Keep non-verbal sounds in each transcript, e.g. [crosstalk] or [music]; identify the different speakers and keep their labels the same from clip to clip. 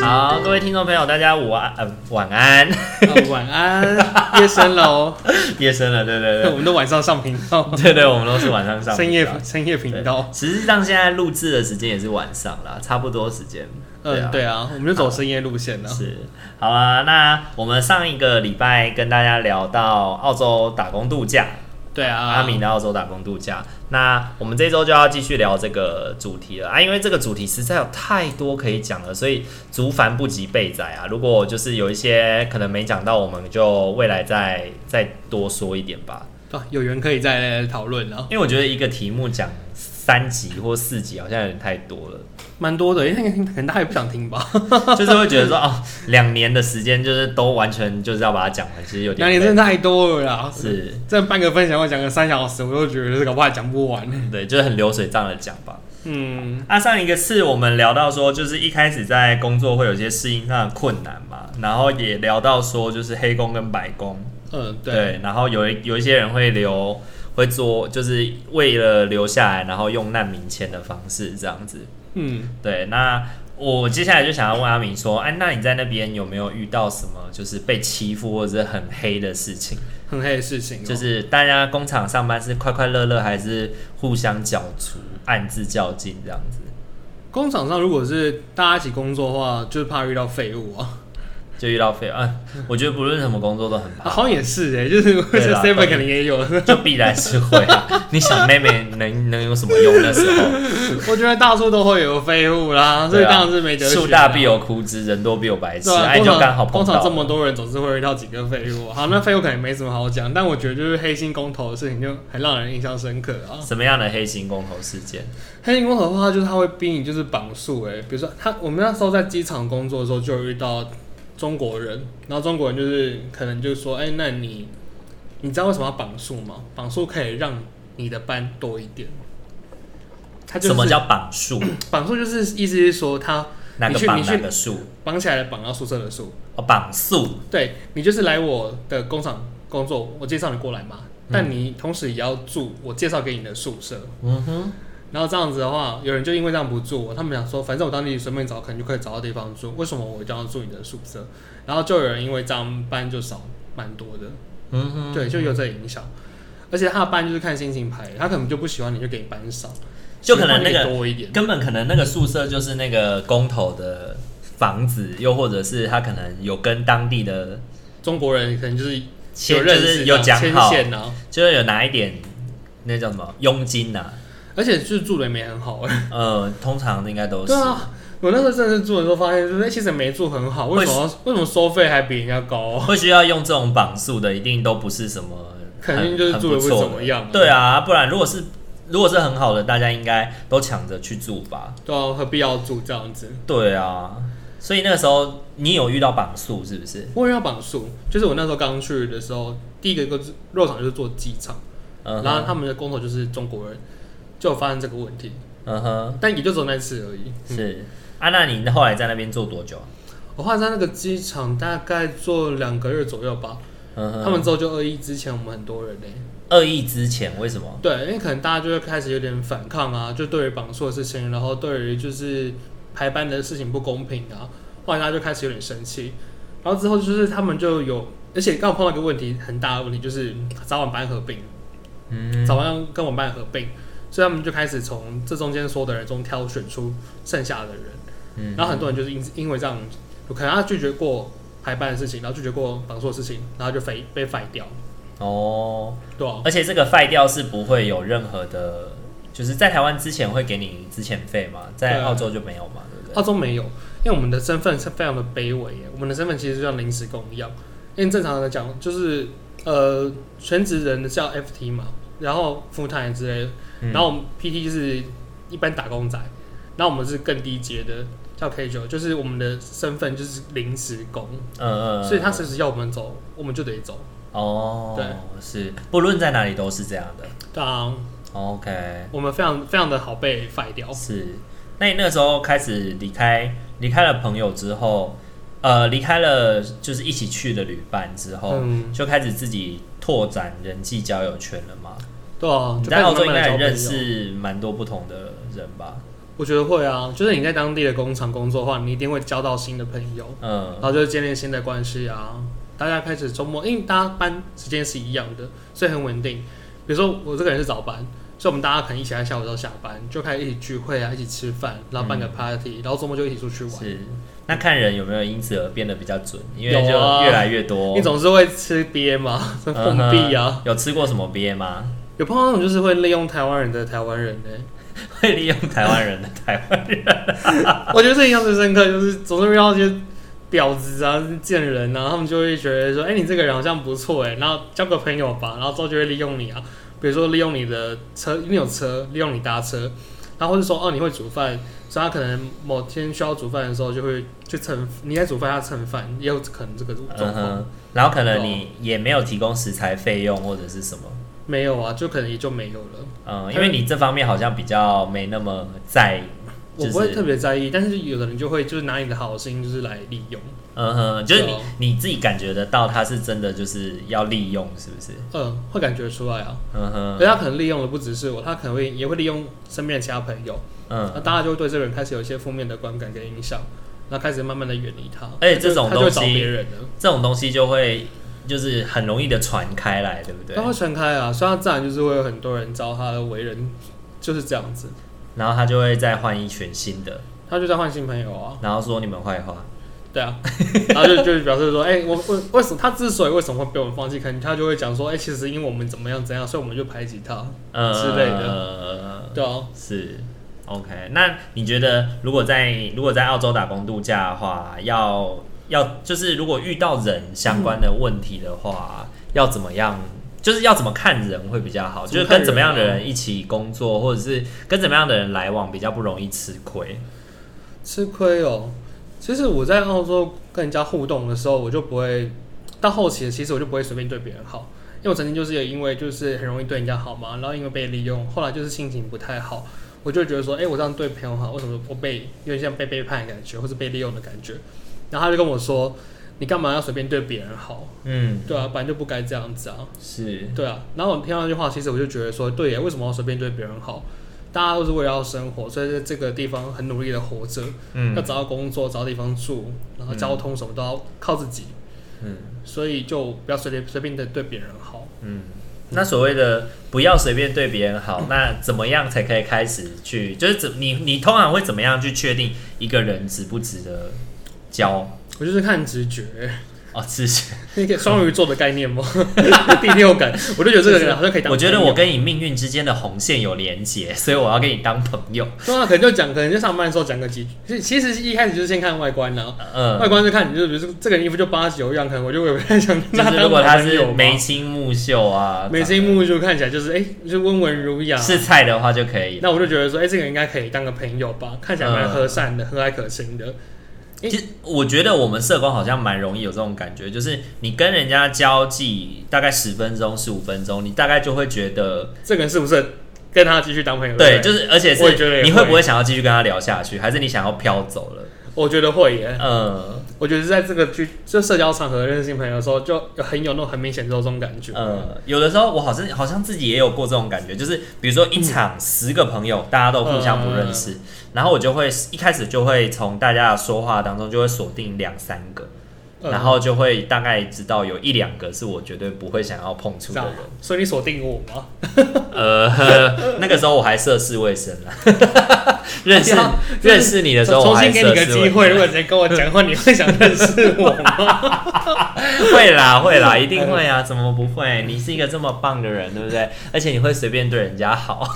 Speaker 1: 好，各位听众朋友，大家午安，呃，晚安， [laughs]
Speaker 2: 哦晚安，夜深了哦，
Speaker 1: 夜深了，对对
Speaker 2: [laughs] 我
Speaker 1: 对，
Speaker 2: 们都晚上上频道，
Speaker 1: 对对，我们都是晚上上
Speaker 2: 深夜
Speaker 1: 频道
Speaker 2: 深夜频
Speaker 1: 对
Speaker 2: 道。
Speaker 1: 实际上现在录制的时间也是晚上啦，差不多时间。
Speaker 2: 嗯，对啊，我们就走深夜路线了。啊
Speaker 1: 是，好啦，那我们上一个礼拜跟大家聊到澳洲打工度假，
Speaker 2: 对啊，
Speaker 1: 阿明的澳洲打工度假。那我们这周就要继续聊这个主题了啊，因为这个主题实在有太多可以讲了，所以竹繁不及备载啊。如果就是有一些可能没讲到，我们就未来再再多说一点吧。
Speaker 2: 啊，有缘可以再来讨论啊，
Speaker 1: 因为我觉得一个题目讲三集或四集好像有点太多了，
Speaker 2: 蛮多的，因为可能大家也不想
Speaker 1: [laughs]
Speaker 2: 听吧。
Speaker 1: 就是会觉得说哦，两年的时间就是都完全就是要把它讲完，其实有点
Speaker 2: 两年
Speaker 1: 累
Speaker 2: 真的太多了啦，
Speaker 1: 是。
Speaker 2: 这半个分享要讲个三小时，我都觉得这个话讲不完。
Speaker 1: 对，就是很流水账的讲吧。
Speaker 2: 嗯，
Speaker 1: 啊，上一个次我们聊到说，就是一开始在工作会有一些适应上的困难嘛，然后也聊到说，就是黑工跟白工，
Speaker 2: 呃，对，
Speaker 1: 对，然后有一有一些人会留，会做，就是为了留下来，然后用难民签的方式这样子。
Speaker 2: 嗯，
Speaker 1: 对，那我接下来就想要问阿明说，哎、那你在那边有没有遇到什么就是被欺负或者是很黑的事情？
Speaker 2: 很黑的事情哦，
Speaker 1: 就是大家工厂上班是快快乐乐，还是互相角逐、暗自较劲这样子？
Speaker 2: 工厂上如果是大家一起工作的话，就是怕遇到废物啊。
Speaker 1: 就遇到废啊！ [laughs] 我觉得不论什么工作都很
Speaker 2: 啊，
Speaker 1: 怕，
Speaker 2: [laughs] 好像也是哎、就是
Speaker 1: 对啦
Speaker 2: seven 可能也有。 [laughs]
Speaker 1: 就必然是会啊。你想妹妹能能有什么用的时候？
Speaker 2: 我觉得到处都会有废物啦， [laughs] 所以
Speaker 1: 对啊
Speaker 2: 当然是没得选啊
Speaker 1: 树大必有枯枝，人多必有白痴，
Speaker 2: 对啊，
Speaker 1: 哎，
Speaker 2: 工
Speaker 1: 就
Speaker 2: 厂
Speaker 1: 刚好碰
Speaker 2: 工厂
Speaker 1: 到
Speaker 2: 这。么多人，总是会遇到几个废物。啊好，那废物可能没什么好讲，但我觉得就是黑心公投的事情就很让人印象深刻啊。
Speaker 1: 什么样的黑心公投事件？
Speaker 2: 黑心公投的话，就是他会逼你就是绑树哎，比如说他啊我们那时候在机场工作的时候就有遇到中国人，然后中国人就是可能就说，哎、那你你知道为什么要绑树吗？绑树可以让你的班多一点。他就是
Speaker 1: 什么叫绑树？
Speaker 2: 绑树就是意思是说他
Speaker 1: 哪个
Speaker 2: 你去
Speaker 1: 绑
Speaker 2: 你去
Speaker 1: 哪个树？
Speaker 2: 绑起来了，绑到宿舍的树。
Speaker 1: 哦，绑树。
Speaker 2: 对你就是来我的工厂工作，我介绍你过来嘛，但你同时也要住我介绍给你的宿舍。
Speaker 1: 嗯哼，
Speaker 2: 然后这样子的话，有人就因为这样不住，他们想说，反正我当地随便找，可能就可以找到地方住，为什么我一定要住你的宿舍？然后就有人因为这样班就少蛮多的，
Speaker 1: 嗯哼，
Speaker 2: 对，就有这影响。而且他的班就是看心情排，他可能就不喜欢你就给你班少，
Speaker 1: 就可能
Speaker 2: 喜欢你
Speaker 1: 那个
Speaker 2: 多一点。
Speaker 1: 根本可能那个宿舍就是那个公投的房子，又或者是他可能有跟当地的，
Speaker 2: 中国人可能就是
Speaker 1: 签
Speaker 2: 有认
Speaker 1: 就是
Speaker 2: 识
Speaker 1: 有
Speaker 2: 这
Speaker 1: 讲
Speaker 2: 样牵
Speaker 1: 好
Speaker 2: 线啊，
Speaker 1: 就是有拿一点那叫什么佣金啊呐、
Speaker 2: 而且就是住的也没很好哎、
Speaker 1: 呃，通常应该都是。
Speaker 2: 对啊，我那时候真的是住的时候发现，就是哎其实没住很好，为什么为什么收费还比人家高？
Speaker 1: 会需要用这种绑速的，一定都不是什么很，
Speaker 2: 肯定就是
Speaker 1: 很
Speaker 2: 住得
Speaker 1: 不
Speaker 2: 不
Speaker 1: 错
Speaker 2: 怎么样啊
Speaker 1: 对啊，不然如果是如果是很好的，大家应该都抢着去住吧。
Speaker 2: 对啊，何必要住这样子？
Speaker 1: 对啊，所以那个时候你有遇到绑速是不是？
Speaker 2: 我也要绑树，就是我那时候刚去的时候，第一个个肉场就是做鸡场，
Speaker 1: 嗯
Speaker 2: 然后
Speaker 1: 哼，
Speaker 2: 他们的工头就是中国人，就有发生这个问题，
Speaker 1: 嗯哼，
Speaker 2: 但也就只有那次而已。
Speaker 1: 是。啊，那你后来在那边做多久啊？
Speaker 2: 我后来在那个机场大概做两个月左右吧，
Speaker 1: 嗯哼，
Speaker 2: 他们之后就二一之前，我们很多人呢、欸
Speaker 1: 恶意之前为什么？
Speaker 2: 对，因为可能大家就会开始有点反抗啊，就对于绑树的事情，然后对于就是排班的事情不公平啊，后来大家就开始有点生气，然后之后就是他们就有，而且刚好碰到一个问题，很大的问题就是早晚班合并，
Speaker 1: 嗯，
Speaker 2: 早班跟晚班合并，所以他们就开始从这中间所有的人中挑选出剩下的人，
Speaker 1: 嗯
Speaker 2: 然后很多人就是因因为这样，可能他拒绝过排班的事情，然后拒绝过绑树的事情，然后就被被废掉，
Speaker 1: 哦，
Speaker 2: 对啊，
Speaker 1: 而且这个废掉是不会有任何的，就是在台湾之前会给你之前费嘛，在
Speaker 2: 对啊哦
Speaker 1: 澳洲就没有嘛，对不对？
Speaker 2: 澳洲没有，因为我们的身份是非常的卑微耶，我们的身份其实就像临时工一样。因为正常来讲，就是呃，全职人叫 FT 嘛，然后 full time 之类的，
Speaker 1: 嗯
Speaker 2: 然后我们 PT 就是一般打工仔，然后我们是更低阶的叫 K 九，就是我们的身份就是临时工，
Speaker 1: 嗯嗯，嗯
Speaker 2: 所以他随时要我们走，我们就得走。
Speaker 1: 哦，
Speaker 2: 对，
Speaker 1: 是不论在哪里都是这样的。哦
Speaker 2: 对啊，
Speaker 1: OK，
Speaker 2: 我们非常非常的好被 fight 掉。
Speaker 1: 是。那你那时候开始离开离开了朋友之后，呃，离开了就是一起去的旅伴之后，
Speaker 2: 嗯
Speaker 1: 就开始自己拓展人际交友圈了吗？
Speaker 2: 对啊，
Speaker 1: 你
Speaker 2: 就
Speaker 1: 在
Speaker 2: 开始
Speaker 1: 澳洲
Speaker 2: 慢
Speaker 1: 应
Speaker 2: 慢
Speaker 1: 该也
Speaker 2: 地交朋友
Speaker 1: 认。识蛮多不同的人吧？
Speaker 2: 我觉得会啊，就是你在当地的工厂工作的话，你一定会交到新的朋友，
Speaker 1: 嗯
Speaker 2: 然，后就建立新的关系啊。大家开始周末，因为大家班时间是一样的，所以很稳定。比如说我这个人是早班，所以我们大家可能一起在下午到下班，就开始一起聚会啊，一起吃饭，然后办个 party，、然后周末就一起出去玩。
Speaker 1: 嗯是。那看人有没有因此而变得比较准，因为就
Speaker 2: 有啊
Speaker 1: 越来越多。
Speaker 2: 你总是会吃瘪嘛，这碰壁啊。
Speaker 1: 哦嗯哼有吃过什么啊鳖吗？
Speaker 2: 有碰到那种就是会利用台湾人的台湾人呢、
Speaker 1: [laughs] 会利用台湾人的台湾人。
Speaker 2: [laughs] 我觉得这印象最深刻就是总是遇到一些婊子啊、贱人啊，他们就会觉得说，哎、你这个人好像不错哎、然后交个朋友吧，然后之后就会利用你啊，比如说利用你的车，因为有车，利用你搭车，然后或者说哦你会煮饭，所以他可能某天需要煮饭的时候就会去蹭，你在煮饭他蹭饭，也有可能这个状 [laughs]
Speaker 1: 嗯
Speaker 2: 况。
Speaker 1: 哼，然后可能你也没有提供食材费用或者是什么，
Speaker 2: 没有啊，就可能也就没有了。
Speaker 1: 嗯，因为你这方面好像比较没那么在，
Speaker 2: 我
Speaker 1: 就
Speaker 2: 不会特
Speaker 1: 是
Speaker 2: 别在意，但是有的人就会就是拿你的好心就是来利用。
Speaker 1: 嗯哼，就是
Speaker 2: 对
Speaker 1: 你
Speaker 2: 啊
Speaker 1: 你自己感觉得到他是真的就是要利用，是不是？
Speaker 2: 嗯，会感觉出来啊。
Speaker 1: 嗯
Speaker 2: 所以
Speaker 1: 哼，
Speaker 2: 他可能利用的不只是我，他可能会也会利用身边的其他朋友，那
Speaker 1: 嗯，
Speaker 2: 大家就会对这个人开始有一些负面的观感跟影响，那开始慢慢的远离他。
Speaker 1: 而且这种
Speaker 2: 他就会
Speaker 1: 东西
Speaker 2: 找别人了，
Speaker 1: 这种东西就会就是很容易的传开来，对不对
Speaker 2: 他？会传开啊，所以他自然就是会有很多人招他的为人，就是这样子。
Speaker 1: 然后他就会再换一群新的，
Speaker 2: 他就在换新朋友啊，
Speaker 1: 然后说你们坏话，
Speaker 2: 对 [laughs] 啊，然后就就表示说，哎、我为为什么他之所以为什么会被我们放弃，可能他就会讲说，哎、其实因为我们怎么样怎样，所以我们就排挤他，
Speaker 1: 呃
Speaker 2: 之类
Speaker 1: 的
Speaker 2: 对啊，
Speaker 1: 是，OK。那你觉得，如果在如果在澳洲打工度假的话，要要就是如果遇到人相关的问题的
Speaker 2: 嗯
Speaker 1: 话，要怎么样？就是要怎么看人会比较好，就是
Speaker 2: 怎么看
Speaker 1: 跟怎么样的
Speaker 2: 人啊
Speaker 1: 人一起工作，或者是跟怎么样的人来往比较不容易吃亏。
Speaker 2: 吃亏哦。其实我在澳洲跟人家互动的时候，我就不会到后期，其实我就不会随便对别人好，因为我曾经就是有因为就是很容易对人家好嘛，然后因为被利用，后来就是心情不太好，我就会觉得说，哎、我这样对朋友好，为什么我被有点像被背叛的感觉，或是被利用的感觉？然后他就跟我说，你干嘛要随便对别人好？
Speaker 1: 嗯，
Speaker 2: 对啊，本来就不该这样子啊，
Speaker 1: 是，
Speaker 2: 对啊。然后我听到那句话，其实我就觉得说，对耶，为什么要随便对别人好？大家都是为了要生活，所以在这个地方很努力的活着。要
Speaker 1: 嗯
Speaker 2: 找到工作、找到地方住，然后交通什么都要靠自己，
Speaker 1: 嗯
Speaker 2: 所以就不要随便随便的对别人好。
Speaker 1: 嗯。那所谓的不要随便对别人
Speaker 2: 嗯
Speaker 1: 好，那怎么样才可以开始去？就是怎你你通常会怎么样去确定一个人值不值得交？
Speaker 2: [laughs] 我就是看直觉，
Speaker 1: 哦，自信。
Speaker 2: 那个 [laughs] 双鱼座的概念 [laughs] 吗？第六感，我就觉得这个人好像可以当朋友。
Speaker 1: 我觉得我跟你命运之间的红线有连结， [laughs] 所以我要跟你当朋
Speaker 2: [laughs]
Speaker 1: 友。
Speaker 2: 对啊，可能就讲，可能就上班的时候讲个几句。其其实一开始就是先看外观啦、外
Speaker 1: 嗯，
Speaker 2: 观是看你就是比如说这个人衣服就八十九样，可能我就会不太想
Speaker 1: 就
Speaker 2: 跟
Speaker 1: 是
Speaker 2: 当
Speaker 1: 如果他
Speaker 2: 朋友
Speaker 1: 是
Speaker 2: 嘛
Speaker 1: 眉清目秀啊，
Speaker 2: 眉清目秀，看起来就是哎、就是温文儒
Speaker 1: [laughs]
Speaker 2: 雅，
Speaker 1: 是菜的话就可以了。
Speaker 2: 那我就觉得说，哎、这个人应该可以当个朋友吧，看起来蛮和善的，和蔼可亲的。诶
Speaker 1: 其实我觉得我们社工好像蛮容易有这种感觉，就是你跟人家交际大概十分钟、十五分钟，你大概就会觉得，
Speaker 2: 这个人是不是跟他继续当朋友？
Speaker 1: 对，就是是而且
Speaker 2: 我也觉得
Speaker 1: 是
Speaker 2: 也
Speaker 1: 你
Speaker 2: 会
Speaker 1: 会不会想要继续跟他聊下去，还是你想要飘走了？
Speaker 2: 我觉得会耶。
Speaker 1: 嗯
Speaker 2: 我觉得在这个聚就社交场合认识新朋友的时候，就有很有那种很明显的这种感觉。
Speaker 1: 嗯，有的时候我好像好像自己也有过这种感觉，就是比如说一场十个朋友，大家都互相不认识，
Speaker 2: 嗯
Speaker 1: 然后我就会一开始就会从大家的说话当中就会锁定两三个，
Speaker 2: 嗯
Speaker 1: 然后就会大概知道有一两个是我绝对不会想要碰触
Speaker 2: 这
Speaker 1: 的
Speaker 2: 样
Speaker 1: 人。，
Speaker 2: 所以你锁定我吗？
Speaker 1: 呃， [laughs] 那个时候我还涉世未深啦，啊 [laughs] 认识
Speaker 2: 哎呀就是
Speaker 1: 认识你的时候我
Speaker 2: 重
Speaker 1: 还
Speaker 2: 新给
Speaker 1: 涉
Speaker 2: 你个
Speaker 1: 世
Speaker 2: 机
Speaker 1: 未
Speaker 2: 会，如果你再跟我讲话，你会想认识我
Speaker 1: [laughs]
Speaker 2: 吗？
Speaker 1: 会啦，会 [laughs] 啦，一定会啊！怎么不会？你是一个这么棒的人，对不对？而且你会随便对人家 [laughs] 好，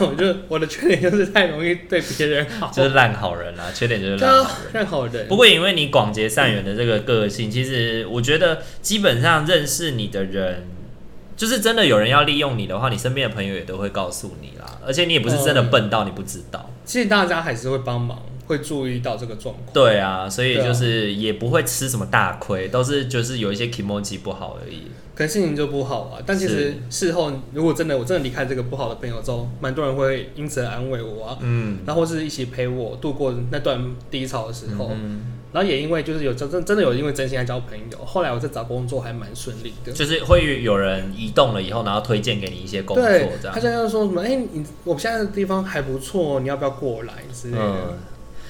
Speaker 2: 我就我的缺点就是太容易对别人好，
Speaker 1: 就是烂好人啦、缺点就是
Speaker 2: 对
Speaker 1: 烂好
Speaker 2: 啊
Speaker 1: 人。
Speaker 2: 任何人
Speaker 1: 不。过，因为你广结善缘的这个个性，其实我觉得基本上认识你的人，就是真的有人要利用你的话，你身边的朋友也都会告诉你啦。而且你也不是真的笨到你不知道，
Speaker 2: 其实大家还是会帮忙，会注意到这个状况。
Speaker 1: 对啊，所以
Speaker 2: 对啊
Speaker 1: 就是也不会吃什么大亏，都是就是有一些 emoji 不好而已。
Speaker 2: 可能心情就不好啊。但其实事后，如果真的我真的离开这个不好的朋友之后，蛮多人会因此而安慰我啊，
Speaker 1: 嗯，
Speaker 2: 然后或是一起陪我度过那段低潮的时候。
Speaker 1: 嗯，
Speaker 2: 然后也因为就是有真真真的有因为真心来交朋友，后来我在找工作还蛮顺利的。
Speaker 1: 就是会有人移动了以后，然后推荐给你一些工作
Speaker 2: 对，
Speaker 1: 这
Speaker 2: 他
Speaker 1: 样。
Speaker 2: 现在就说什么？哎、你我现在的地方还不错，你要不要过来之类的
Speaker 1: 嗯？，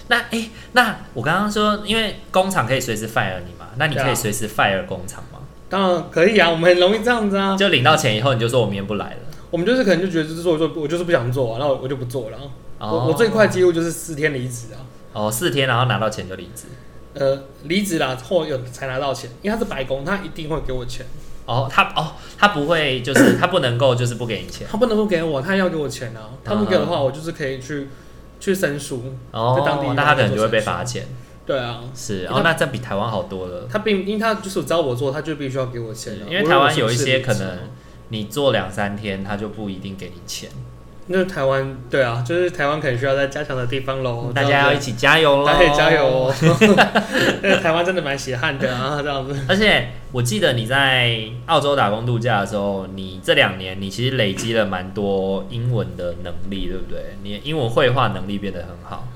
Speaker 1: 那哎、诶那我刚刚说，因为工厂可以随时 fire 你嘛，那你可
Speaker 2: 对
Speaker 1: 以
Speaker 2: 啊
Speaker 1: 随时 fire 工厂吗？
Speaker 2: 当然可以啊，我们很容易这样子啊。
Speaker 1: 就领到钱以后，你就说我明天不来了。
Speaker 2: 我们就是可能就觉得就是做一做，我就是不想做、啊，然后我就不做了
Speaker 1: 哦
Speaker 2: 啊、我我最快记录就是四天离职啊，
Speaker 1: 哦，四天然后拿到钱就离职。
Speaker 2: 呃，离职啦后有才拿到钱，因为他是白工，他一定会给我钱，
Speaker 1: 哦，他哦，他不会，就是
Speaker 2: [coughs]
Speaker 1: 他不能够，就是不给你钱。
Speaker 2: 他不能够给我，他要给我钱啊。他不给我的话，我就是可以去去申诉。在当地
Speaker 1: 哦，那他可能就会被
Speaker 2: 做申诉
Speaker 1: 罚钱。
Speaker 2: 对啊，
Speaker 1: 是，
Speaker 2: 因为
Speaker 1: 哦，
Speaker 2: 他
Speaker 1: 那这比台湾好多了。
Speaker 2: 他并因为他就是只要我做，他就必须要给我钱、啊。
Speaker 1: 嗯因为
Speaker 2: 无论
Speaker 1: 台
Speaker 2: 我
Speaker 1: 湾
Speaker 2: 是不
Speaker 1: 有一
Speaker 2: 是
Speaker 1: 些
Speaker 2: 离
Speaker 1: 可
Speaker 2: 职
Speaker 1: 能你做两三天，他就不一定给你钱。
Speaker 2: 那台湾对啊，就是台湾可能需要再加强的地方喽。
Speaker 1: 嗯大家要一哦起
Speaker 2: 起，
Speaker 1: 加油喽！
Speaker 2: 大家可以加油哦。 [laughs] 因为台湾真的蛮血汗的啊，这样子。
Speaker 1: 而且我记得你在澳洲打工度假的时候，你这两年你其实累积了蛮多英文的能力，对不对？你英文绘画能力变得很好，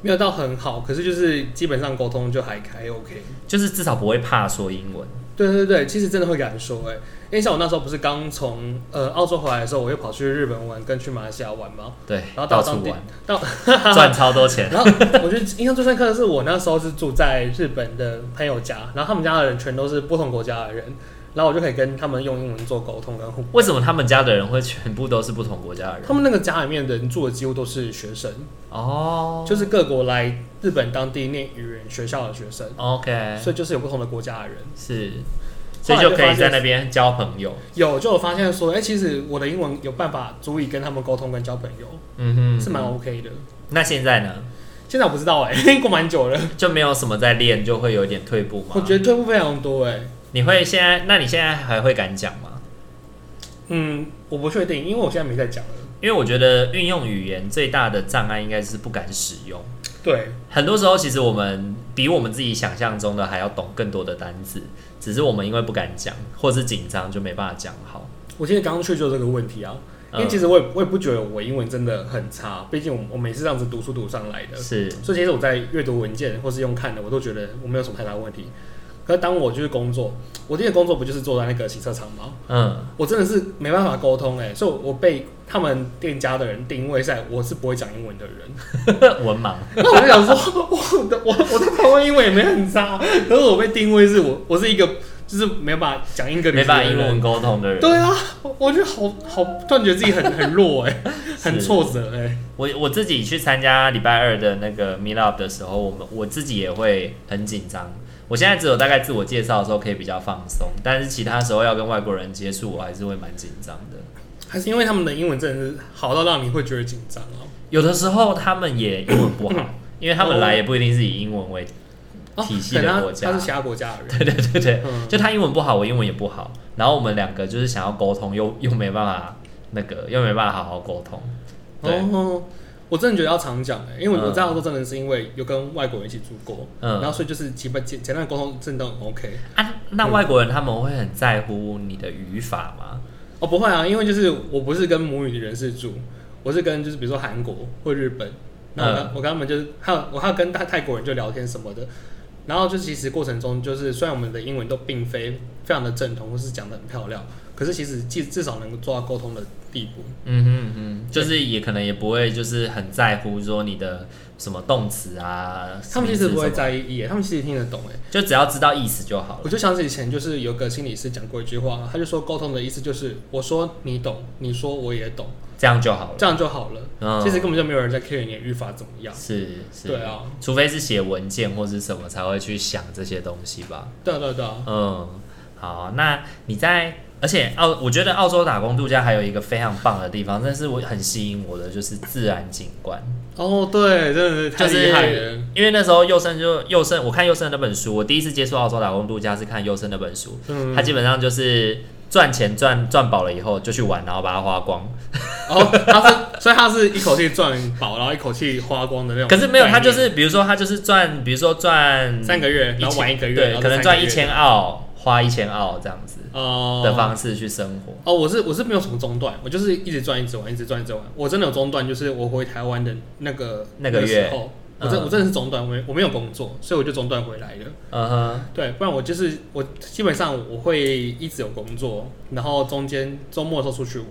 Speaker 2: 没有到很好，可是就是基本上沟通就还还 OK。
Speaker 1: 就是至少不会怕说英文。
Speaker 2: 对对对，其实真的会敢说哎、因为像我那时候不是刚从呃澳洲回来的时候，我又跑去日本玩，跟去马来西亚玩嘛，
Speaker 1: 对，
Speaker 2: 然后
Speaker 1: 到
Speaker 2: 到
Speaker 1: 处
Speaker 2: 当地
Speaker 1: 玩，
Speaker 2: 到，
Speaker 1: [laughs] 赚超多钱。
Speaker 2: 然后我觉得印象最深刻的是我那时候是住在日本的朋友家，然后他们家的人全都是不同国家的人，然后我就可以跟他们用英文做沟通跟互
Speaker 1: 为什么他们家的人会全部都是不同国家的人
Speaker 2: 他？们那个家里面的人住的几乎都是学生，
Speaker 1: 哦，
Speaker 2: 就是各国来日本当地念语言学校的学生，
Speaker 1: OK，
Speaker 2: 所以就是有不同的国家的人。
Speaker 1: 是，所
Speaker 2: 后
Speaker 1: 以就
Speaker 2: 来就
Speaker 1: 可以
Speaker 2: 发现
Speaker 1: 在那边交朋友。
Speaker 2: 有就有发现说，哎、其实我的英文有办法足以跟他们沟通跟交朋友，
Speaker 1: 嗯哼，
Speaker 2: 是蛮 OK 的。
Speaker 1: 那现在呢，
Speaker 2: 现在我不知道哎、 [laughs] 欸，过蛮久了，
Speaker 1: 就没有什么在练，就会有一点退步嘛。
Speaker 2: 我觉得退步非常多哎、
Speaker 1: 你会现在，那你现在还会敢讲吗？
Speaker 2: 嗯，我不确定，因为我现在没在讲了。
Speaker 1: 因为我觉得运用语言最大的障碍应该是不敢使用。
Speaker 2: 对，
Speaker 1: 很多时候，其实我们比我们自己想象中的还要懂更多的单字，只是我们因为不敢讲，或是紧张，就没办法讲好。
Speaker 2: 我记得刚去就这个问题啊，因为
Speaker 1: 嗯
Speaker 2: 其实我也我也不觉得我英文真的很差，毕竟我我每次这样子读书读上来的，
Speaker 1: 是，
Speaker 2: 所以其实我在阅读文件或是用看的，我都觉得我没有什么太大问题。可是当我就是工作，我第一个工作不就是坐在那个洗车场吗？ [laughs]
Speaker 1: 嗯，
Speaker 2: 我真的是没办法沟通哎、所以我被他们店家的人定位在我是不会讲英文
Speaker 1: [laughs]
Speaker 2: 的人。
Speaker 1: 文盲。
Speaker 2: 那我就想说，我的我我在台湾英文也没很差，可是我被定位是我我是一个就是没有办法讲英格里
Speaker 1: 没
Speaker 2: 斯的
Speaker 1: 办法
Speaker 2: 人
Speaker 1: 英文。沟通的人，
Speaker 2: 对啊，我我觉得好好突然觉得自己很很弱哎、很
Speaker 1: 是
Speaker 2: 挫折哎、
Speaker 1: 我我自己去参加礼拜二的那个 Meet Up 的时候，我们我自己也会很紧张。我现在只有大概自我介绍的时候可以比较放松，但是其他时候要跟外国人接触，我还是会蛮紧张的。
Speaker 2: 还是因为他们的英文真的是好到让你会觉得紧张啊。
Speaker 1: 有的时候他们也英文不
Speaker 2: 嗯
Speaker 1: 好，因为他们来也不一定是以英文为，
Speaker 2: 哦
Speaker 1: 体系
Speaker 2: 可能
Speaker 1: 的
Speaker 2: 他
Speaker 1: 国家
Speaker 2: 他是其他国家的人。
Speaker 1: [laughs] 对对对对，
Speaker 2: 嗯
Speaker 1: 就他英文不好，我英文也不好，然后我们两个就是想要沟通，又又没办法那个，又没办法好好沟通。对，
Speaker 2: 哦，我真的觉得要常讲哎、因为
Speaker 1: 嗯
Speaker 2: 我这样做真的是因为有跟外国人一起住过，
Speaker 1: 嗯
Speaker 2: 然后所以就是基本简简单的沟通真的很 OK。
Speaker 1: 啊，
Speaker 2: 嗯
Speaker 1: 那外国人他们会很在乎你的语法吗？
Speaker 2: 哦，不会啊，因为就是我不是跟母语的人士住，我是跟就是比如说韩国或日本，那我跟、
Speaker 1: 嗯
Speaker 2: 我跟他们就是还有我还有跟泰泰国人就聊天什么的，然后就其实过程中就是虽然我们的英文都并非非常的正统或是讲的很漂亮，可是其实至至少能够做到沟通的地步。
Speaker 1: 嗯哼嗯哼，就是也可能也不会就是很在乎说你的什么动词啊，
Speaker 2: 他们其实不会
Speaker 1: 名词什么，
Speaker 2: 在意耶，他们其实听得懂哎。
Speaker 1: 就只要知道意思就好了。
Speaker 2: 我就想起以前就是有个心理师讲过一句话，他就说沟通的意思就是我说你懂，你说我也懂，
Speaker 1: 这样就好了。
Speaker 2: 这样就好了。
Speaker 1: 嗯
Speaker 2: 其实根本就没有人在 care 你的语法怎么样。
Speaker 1: 是是，
Speaker 2: 对啊，
Speaker 1: 除非是写文件或是什么才会去想这些东西吧。
Speaker 2: 对啊对啊对啊，
Speaker 1: 嗯，好，那你在，而且澳，我觉得澳洲打工度假还有一个非常棒的地方，但是我很吸引我的就是自然景观。
Speaker 2: 哦，对，真的是太
Speaker 1: 就是
Speaker 2: 厉害了。
Speaker 1: 因为那时候佑胜就佑胜，我看佑胜那本书，我第一次接触澳洲打工度假是看佑胜那本书，
Speaker 2: 嗯
Speaker 1: 他，基本上就是赚钱赚赚饱了以后就去玩，然后把它花光。
Speaker 2: [laughs] 哦，他是，所以他是一口气赚饱，然后一口气花光的那种
Speaker 1: 可
Speaker 2: 概念。
Speaker 1: 是没有，他就是比如说他就是赚，比如说赚
Speaker 2: 三个月，
Speaker 1: 一
Speaker 2: 然后
Speaker 1: 千
Speaker 2: 玩一个月，然
Speaker 1: 对，
Speaker 2: 后
Speaker 1: 可能
Speaker 2: 再三
Speaker 1: 赚
Speaker 2: 个
Speaker 1: 一
Speaker 2: 月
Speaker 1: 千澳，花一千澳这样子。
Speaker 2: 哦
Speaker 1: 的方式去生活。
Speaker 2: 哦，我是我是没有什么中断，我就是一直转一直玩，一直转一直玩。我真的有中断，就是我回台湾的那个
Speaker 1: 那个月
Speaker 2: 时候，我真、
Speaker 1: 嗯
Speaker 2: 我真的是中断，我没我没有工作，所以我就中断回来了。
Speaker 1: 嗯哼，
Speaker 2: 对，不然我就是我基本上我会一直有工作，然后中间周末的时候出去玩，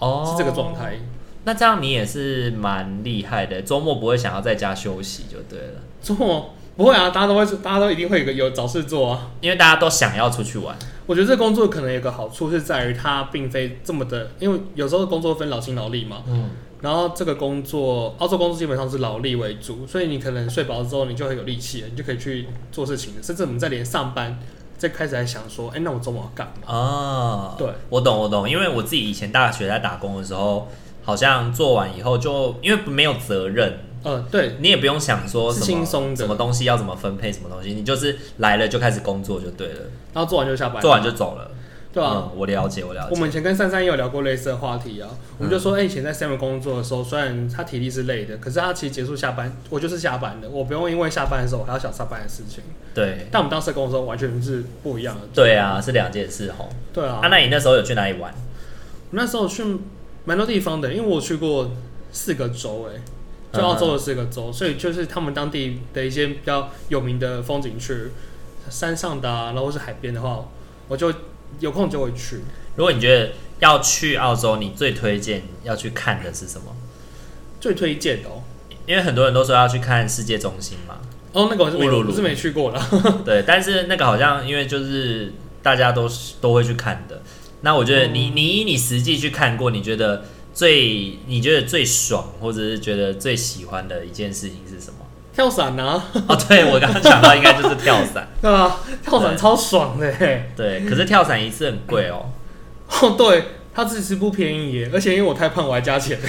Speaker 1: 哦，
Speaker 2: 是这个状。态。
Speaker 1: 那这样你也是蛮厉害的，周末不会想要在家休息就对了，
Speaker 2: 周末不会啊，大家都会，大家都一定会有个有找事做啊。
Speaker 1: 因为大家都想要出去玩。
Speaker 2: 我觉得这工作可能有个好处是在于它并非这么的，因为有时候工作分劳心劳力嘛。
Speaker 1: 嗯，
Speaker 2: 然后这个工作，澳洲工作基本上是劳力为主，所以你可能睡饱之后，你就很有力气了，你就可以去做事情了。甚至我们在连上班，再开始还想说，哎，那我周末要干嘛？
Speaker 1: 哦，
Speaker 2: 对，
Speaker 1: 我懂我懂，因为我自己以前大学在打工的时候，好像做完以后就因为没有责任，
Speaker 2: 嗯，对，
Speaker 1: 你也不用想说什么
Speaker 2: 是轻松的
Speaker 1: 什么东西要怎么分配什么东西，你就是来了就开始工作就对了，
Speaker 2: 然后做完就下班，
Speaker 1: 做完就走了。
Speaker 2: 对啊。
Speaker 1: 嗯，我了解我了
Speaker 2: 我
Speaker 1: 解。
Speaker 2: 们以前跟珊珊也有聊过类似的话题啊，我们就说，哎、以前在 Sam 工作的时候，虽然他体力是累的，可是他其实结束下班，我就是下班的，我不用因为下班的时候我还要想上班的事情。
Speaker 1: 对
Speaker 2: 但我们当时工作的时候完全是不一样的。
Speaker 1: 对啊，是两件事吼。
Speaker 2: 对啊，
Speaker 1: 啊，那你那时候有去哪里玩？
Speaker 2: 我那时候去蛮多地方的，因为我去过四个州、欸，就
Speaker 1: 嗯
Speaker 2: 澳洲的四个州，所以就是他们当地的一些比较有名的风景区，山上的、啊，然后或是海边的话，我就有空就会去。
Speaker 1: 如果你觉得要去澳洲，你最推荐要去看的是什么？
Speaker 2: 最推荐的哦，
Speaker 1: 因为很多人都说要去看世界中心嘛，
Speaker 2: 哦，那个我是没
Speaker 1: 乌鲁鲁
Speaker 2: 我是没去过啦。
Speaker 1: 对，但是那个好像因为就是大家都是都会去看的。那我觉得你你以你实际去看过，你觉得最你觉得最爽，或者是觉得最喜欢的一件事情是什么？
Speaker 2: 跳伞啊， [laughs]
Speaker 1: 哦，对我刚刚讲到应该就是跳伞，
Speaker 2: 对啊，跳伞
Speaker 1: 对
Speaker 2: 超爽的、欸。 [laughs]
Speaker 1: 对，可是跳伞一次很贵哦。
Speaker 2: 哦，对，它其实不便宜耶，而且因为我太胖，我还加钱。 [laughs]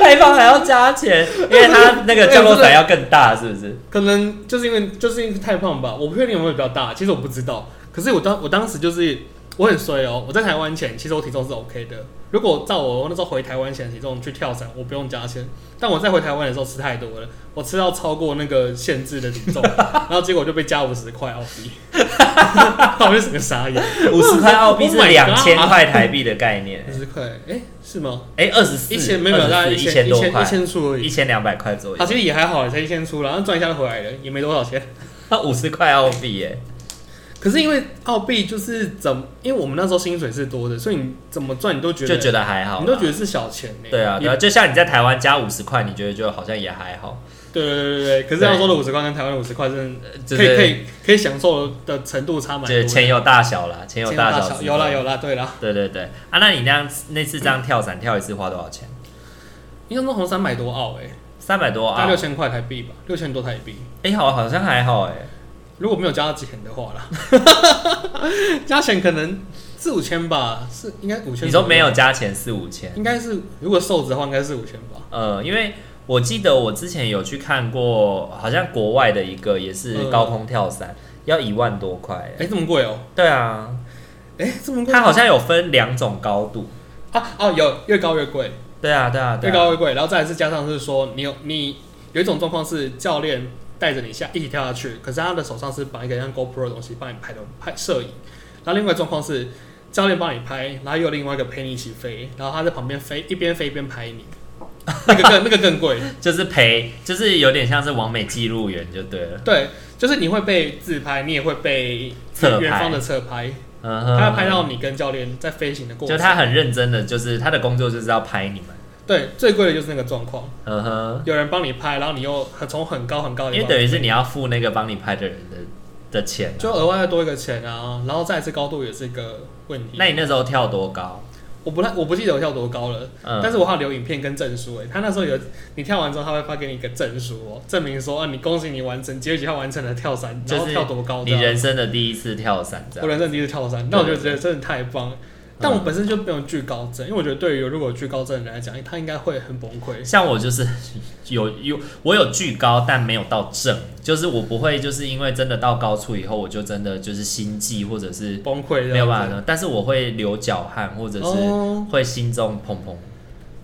Speaker 1: 配方还要加钱，因为它那个降落伞要更大，是不是？
Speaker 2: 可能就是因为就是因为太胖吧，我不确定有没有比较大，其实我不知道。可是我当我当时就是我很衰哦，我在台湾前其实我体重是 OK 的。如果照我那时候回台湾前的体重去跳伞，我不用加钱。但我在回台湾的时候吃太多了，我吃到超过那个限制的体重，然后结果就被加五十块澳币， [laughs] 我就整个傻眼。
Speaker 1: [laughs] 五十块澳币
Speaker 2: Oh
Speaker 1: 是
Speaker 2: my
Speaker 1: 两
Speaker 2: God
Speaker 1: 千块台币的概念
Speaker 2: 五，十块，哎，是吗？
Speaker 1: 哎、二十四，
Speaker 2: 一千没有，大概
Speaker 1: 一
Speaker 2: 一
Speaker 1: 千
Speaker 2: 千一
Speaker 1: 多
Speaker 2: 千
Speaker 1: 块
Speaker 2: 一，千出而
Speaker 1: 一
Speaker 2: 已。
Speaker 1: 千两百块左
Speaker 2: 啊，
Speaker 1: 右，
Speaker 2: 其实也还好，才一千出啦，然后赚一下就回来了，也没多少钱。 [laughs]
Speaker 1: 那五十块澳币哎耶，
Speaker 2: 可是因为澳币就是怎么，因为我们那时候薪水是多的，所以你怎么赚你都觉得
Speaker 1: 就觉得还好啦，
Speaker 2: 你都觉得是小钱欸呢、
Speaker 1: 对啊，
Speaker 2: 也
Speaker 1: 对啊，就像你在台湾加五十块，你觉得就好像也还好，
Speaker 2: 对对对对对可是
Speaker 1: 对
Speaker 2: 澳洲的五十块跟台湾的五十块真的
Speaker 1: 呃就
Speaker 2: 可以可
Speaker 1: 是
Speaker 2: 以可以享受的程度差蛮多
Speaker 1: 就是
Speaker 2: 的。
Speaker 1: 钱有大小啦，钱有
Speaker 2: 钱
Speaker 1: 大
Speaker 2: 小，
Speaker 1: 之
Speaker 2: 有啦
Speaker 1: 分
Speaker 2: 有啦，对啦，
Speaker 1: 对对对，啊，那你那样那次这样跳伞跳一次花多少钱？
Speaker 2: 印象中好像三百多澳诶、
Speaker 1: 三百多
Speaker 2: 大概
Speaker 1: 澳
Speaker 2: 六，千块台币吧，六千多台币，
Speaker 1: 哎、好好像还好哎，
Speaker 2: 如果没有加钱的话啦， [laughs] 加钱可能四五千吧，是应该五千。
Speaker 1: 你说没有？加钱四五千，
Speaker 2: 应该是如果瘦子的话，应该是五千吧。
Speaker 1: 呃，因为我记得我之前有去看过，好像国外的一个也是
Speaker 2: 嗯
Speaker 1: 高空跳伞，要一万多块耶。
Speaker 2: 哎、这么贵哦、
Speaker 1: 对啊，
Speaker 2: 哎、这么贵
Speaker 1: 它好像有分两种高度。
Speaker 2: 啊哦，有越高越贵。
Speaker 1: 对啊，对啊，对
Speaker 2: 越
Speaker 1: 啊。
Speaker 2: 高越贵，然后再来是加上是说你有你有一种状况是教练带着你下一起跳下去，可是他的手上是绑一个像 GoPro 的东西帮你拍的拍摄影，然后另外一个状况是教练帮你拍，然后又有另外一个陪你一起飞，然后他在旁边飞一边飞一边拍你，那个
Speaker 1: [laughs]
Speaker 2: 更那个更贵，
Speaker 1: 就是陪，就是有点像是完美记录员就对了。
Speaker 2: 对，就是你会被自拍，你也会被
Speaker 1: 侧拍
Speaker 2: 远方的侧拍，
Speaker 1: 嗯哼，
Speaker 2: 他会拍到你跟教练在飞行的过
Speaker 1: 就
Speaker 2: 程，
Speaker 1: 他很认真的，就是他的工作就是要拍你们。
Speaker 2: 对最贵的就是那个状况，
Speaker 1: 嗯哼，
Speaker 2: 有人帮你拍，然后你又很从很高很高的地
Speaker 1: 因为
Speaker 2: 方
Speaker 1: 等于是你要付那个帮你拍的人的的钱、
Speaker 2: 就额外再多一个钱啊，然后再一次高度也是一个问题。
Speaker 1: 那你那时候跳多高？
Speaker 2: 我不太我不记得我跳多高了，
Speaker 1: 嗯
Speaker 2: 但是我还有留影片跟证书诶、欸他那时候有你跳完之后，他会发给你一个证书哦、证明说啊你恭喜你完成几月几号完成了跳伞，然
Speaker 1: 就
Speaker 2: 后
Speaker 1: 是
Speaker 2: 跳多高
Speaker 1: 你
Speaker 2: 这样
Speaker 1: 人生的啊第一次跳伞这
Speaker 2: 我
Speaker 1: 样。
Speaker 2: 人生第一次跳伞，那我就觉得真的太棒了。但
Speaker 1: 嗯
Speaker 2: 我本身就没有惧高症，因为我觉得对于如果有惧高症的人来讲，他应该会很崩溃。
Speaker 1: 像我就是有有我有巨高，但没有到正，就是我不会就是因为真的到高处以后，我就真的就是心悸或者是
Speaker 2: 崩溃这样子
Speaker 1: 没有办法弄，但是我会流脚汗或者是
Speaker 2: 哦
Speaker 1: 会心中砰砰。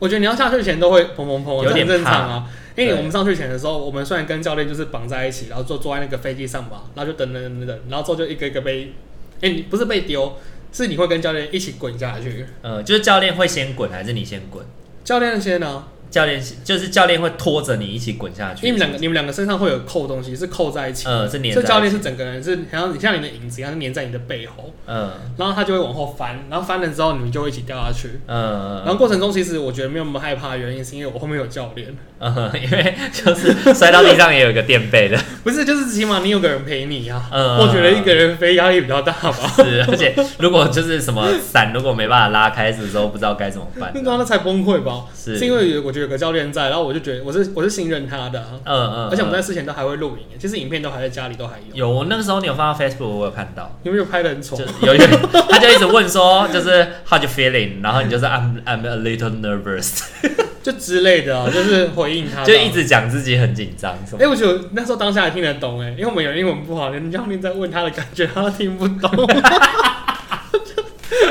Speaker 2: 我觉得你要下去前都会砰砰砰，
Speaker 1: 有
Speaker 2: 这
Speaker 1: 点
Speaker 2: 很正
Speaker 1: 怕
Speaker 2: 常啊。因为
Speaker 1: 对
Speaker 2: 我们上去前的时候，我们虽然跟教练就是绑在一起，然后坐坐在那个飞机上嘛，然后就等等等等，然后之后就一个一个被，哎、哎、你不是被丢，是你会跟教练一起滚下去。
Speaker 1: 呃，就是教练会先滚，还是你先滚？
Speaker 2: 教练先呢、
Speaker 1: 教练就是教练会拖着你一起滚下去。
Speaker 2: 因为你们两个你们两个身上会有扣东西，是扣在一起。
Speaker 1: 呃是黏
Speaker 2: 所以
Speaker 1: 在
Speaker 2: 教
Speaker 1: 一
Speaker 2: 练
Speaker 1: 起
Speaker 2: 是整个人是，好像你像你的影子一样，粘在你的背后，
Speaker 1: 嗯
Speaker 2: 然后他就会往后翻，然后翻了之后你们就会一起掉下去。
Speaker 1: 嗯
Speaker 2: 然后过程中，其实我觉得没有那么害怕，的原因是因为我后面有教练，
Speaker 1: 嗯，因为就是摔到地上也有一个垫背的，
Speaker 2: 不是，就是起码你有个人陪你啊。
Speaker 1: 嗯
Speaker 2: 我觉得一个人飞压力比较大
Speaker 1: [laughs]
Speaker 2: 吧，
Speaker 1: 是，而且如果就是什么伞如果没办法拉开的时候，不知道该怎么办
Speaker 2: 那。刚刚才崩溃吧？
Speaker 1: 是
Speaker 2: 因为有我觉得有个教练在，然后我就觉得我是我是信任他的啊、
Speaker 1: 嗯嗯，
Speaker 2: 而且我们在
Speaker 1: 在
Speaker 2: 事前都还会录影，其实影片都还在家里都还有，
Speaker 1: 有我那个时候你有放到 Facebook，我有看到。
Speaker 2: 因为就拍的很丑
Speaker 1: 就。有一个， [laughs] 他就一直问说，就是 How you feeling？然后你就是 I'm I'm a little nervous，
Speaker 2: 就之类的
Speaker 1: [laughs]
Speaker 2: [laughs] 啊，就是回应他吧，
Speaker 1: 就一直讲自己很紧张什
Speaker 2: 哎、
Speaker 1: 么。
Speaker 2: 我觉得那时候当下还听得懂哎、因为我们有人英文不好，人教练在问他的感觉，他都听不懂。 [laughs]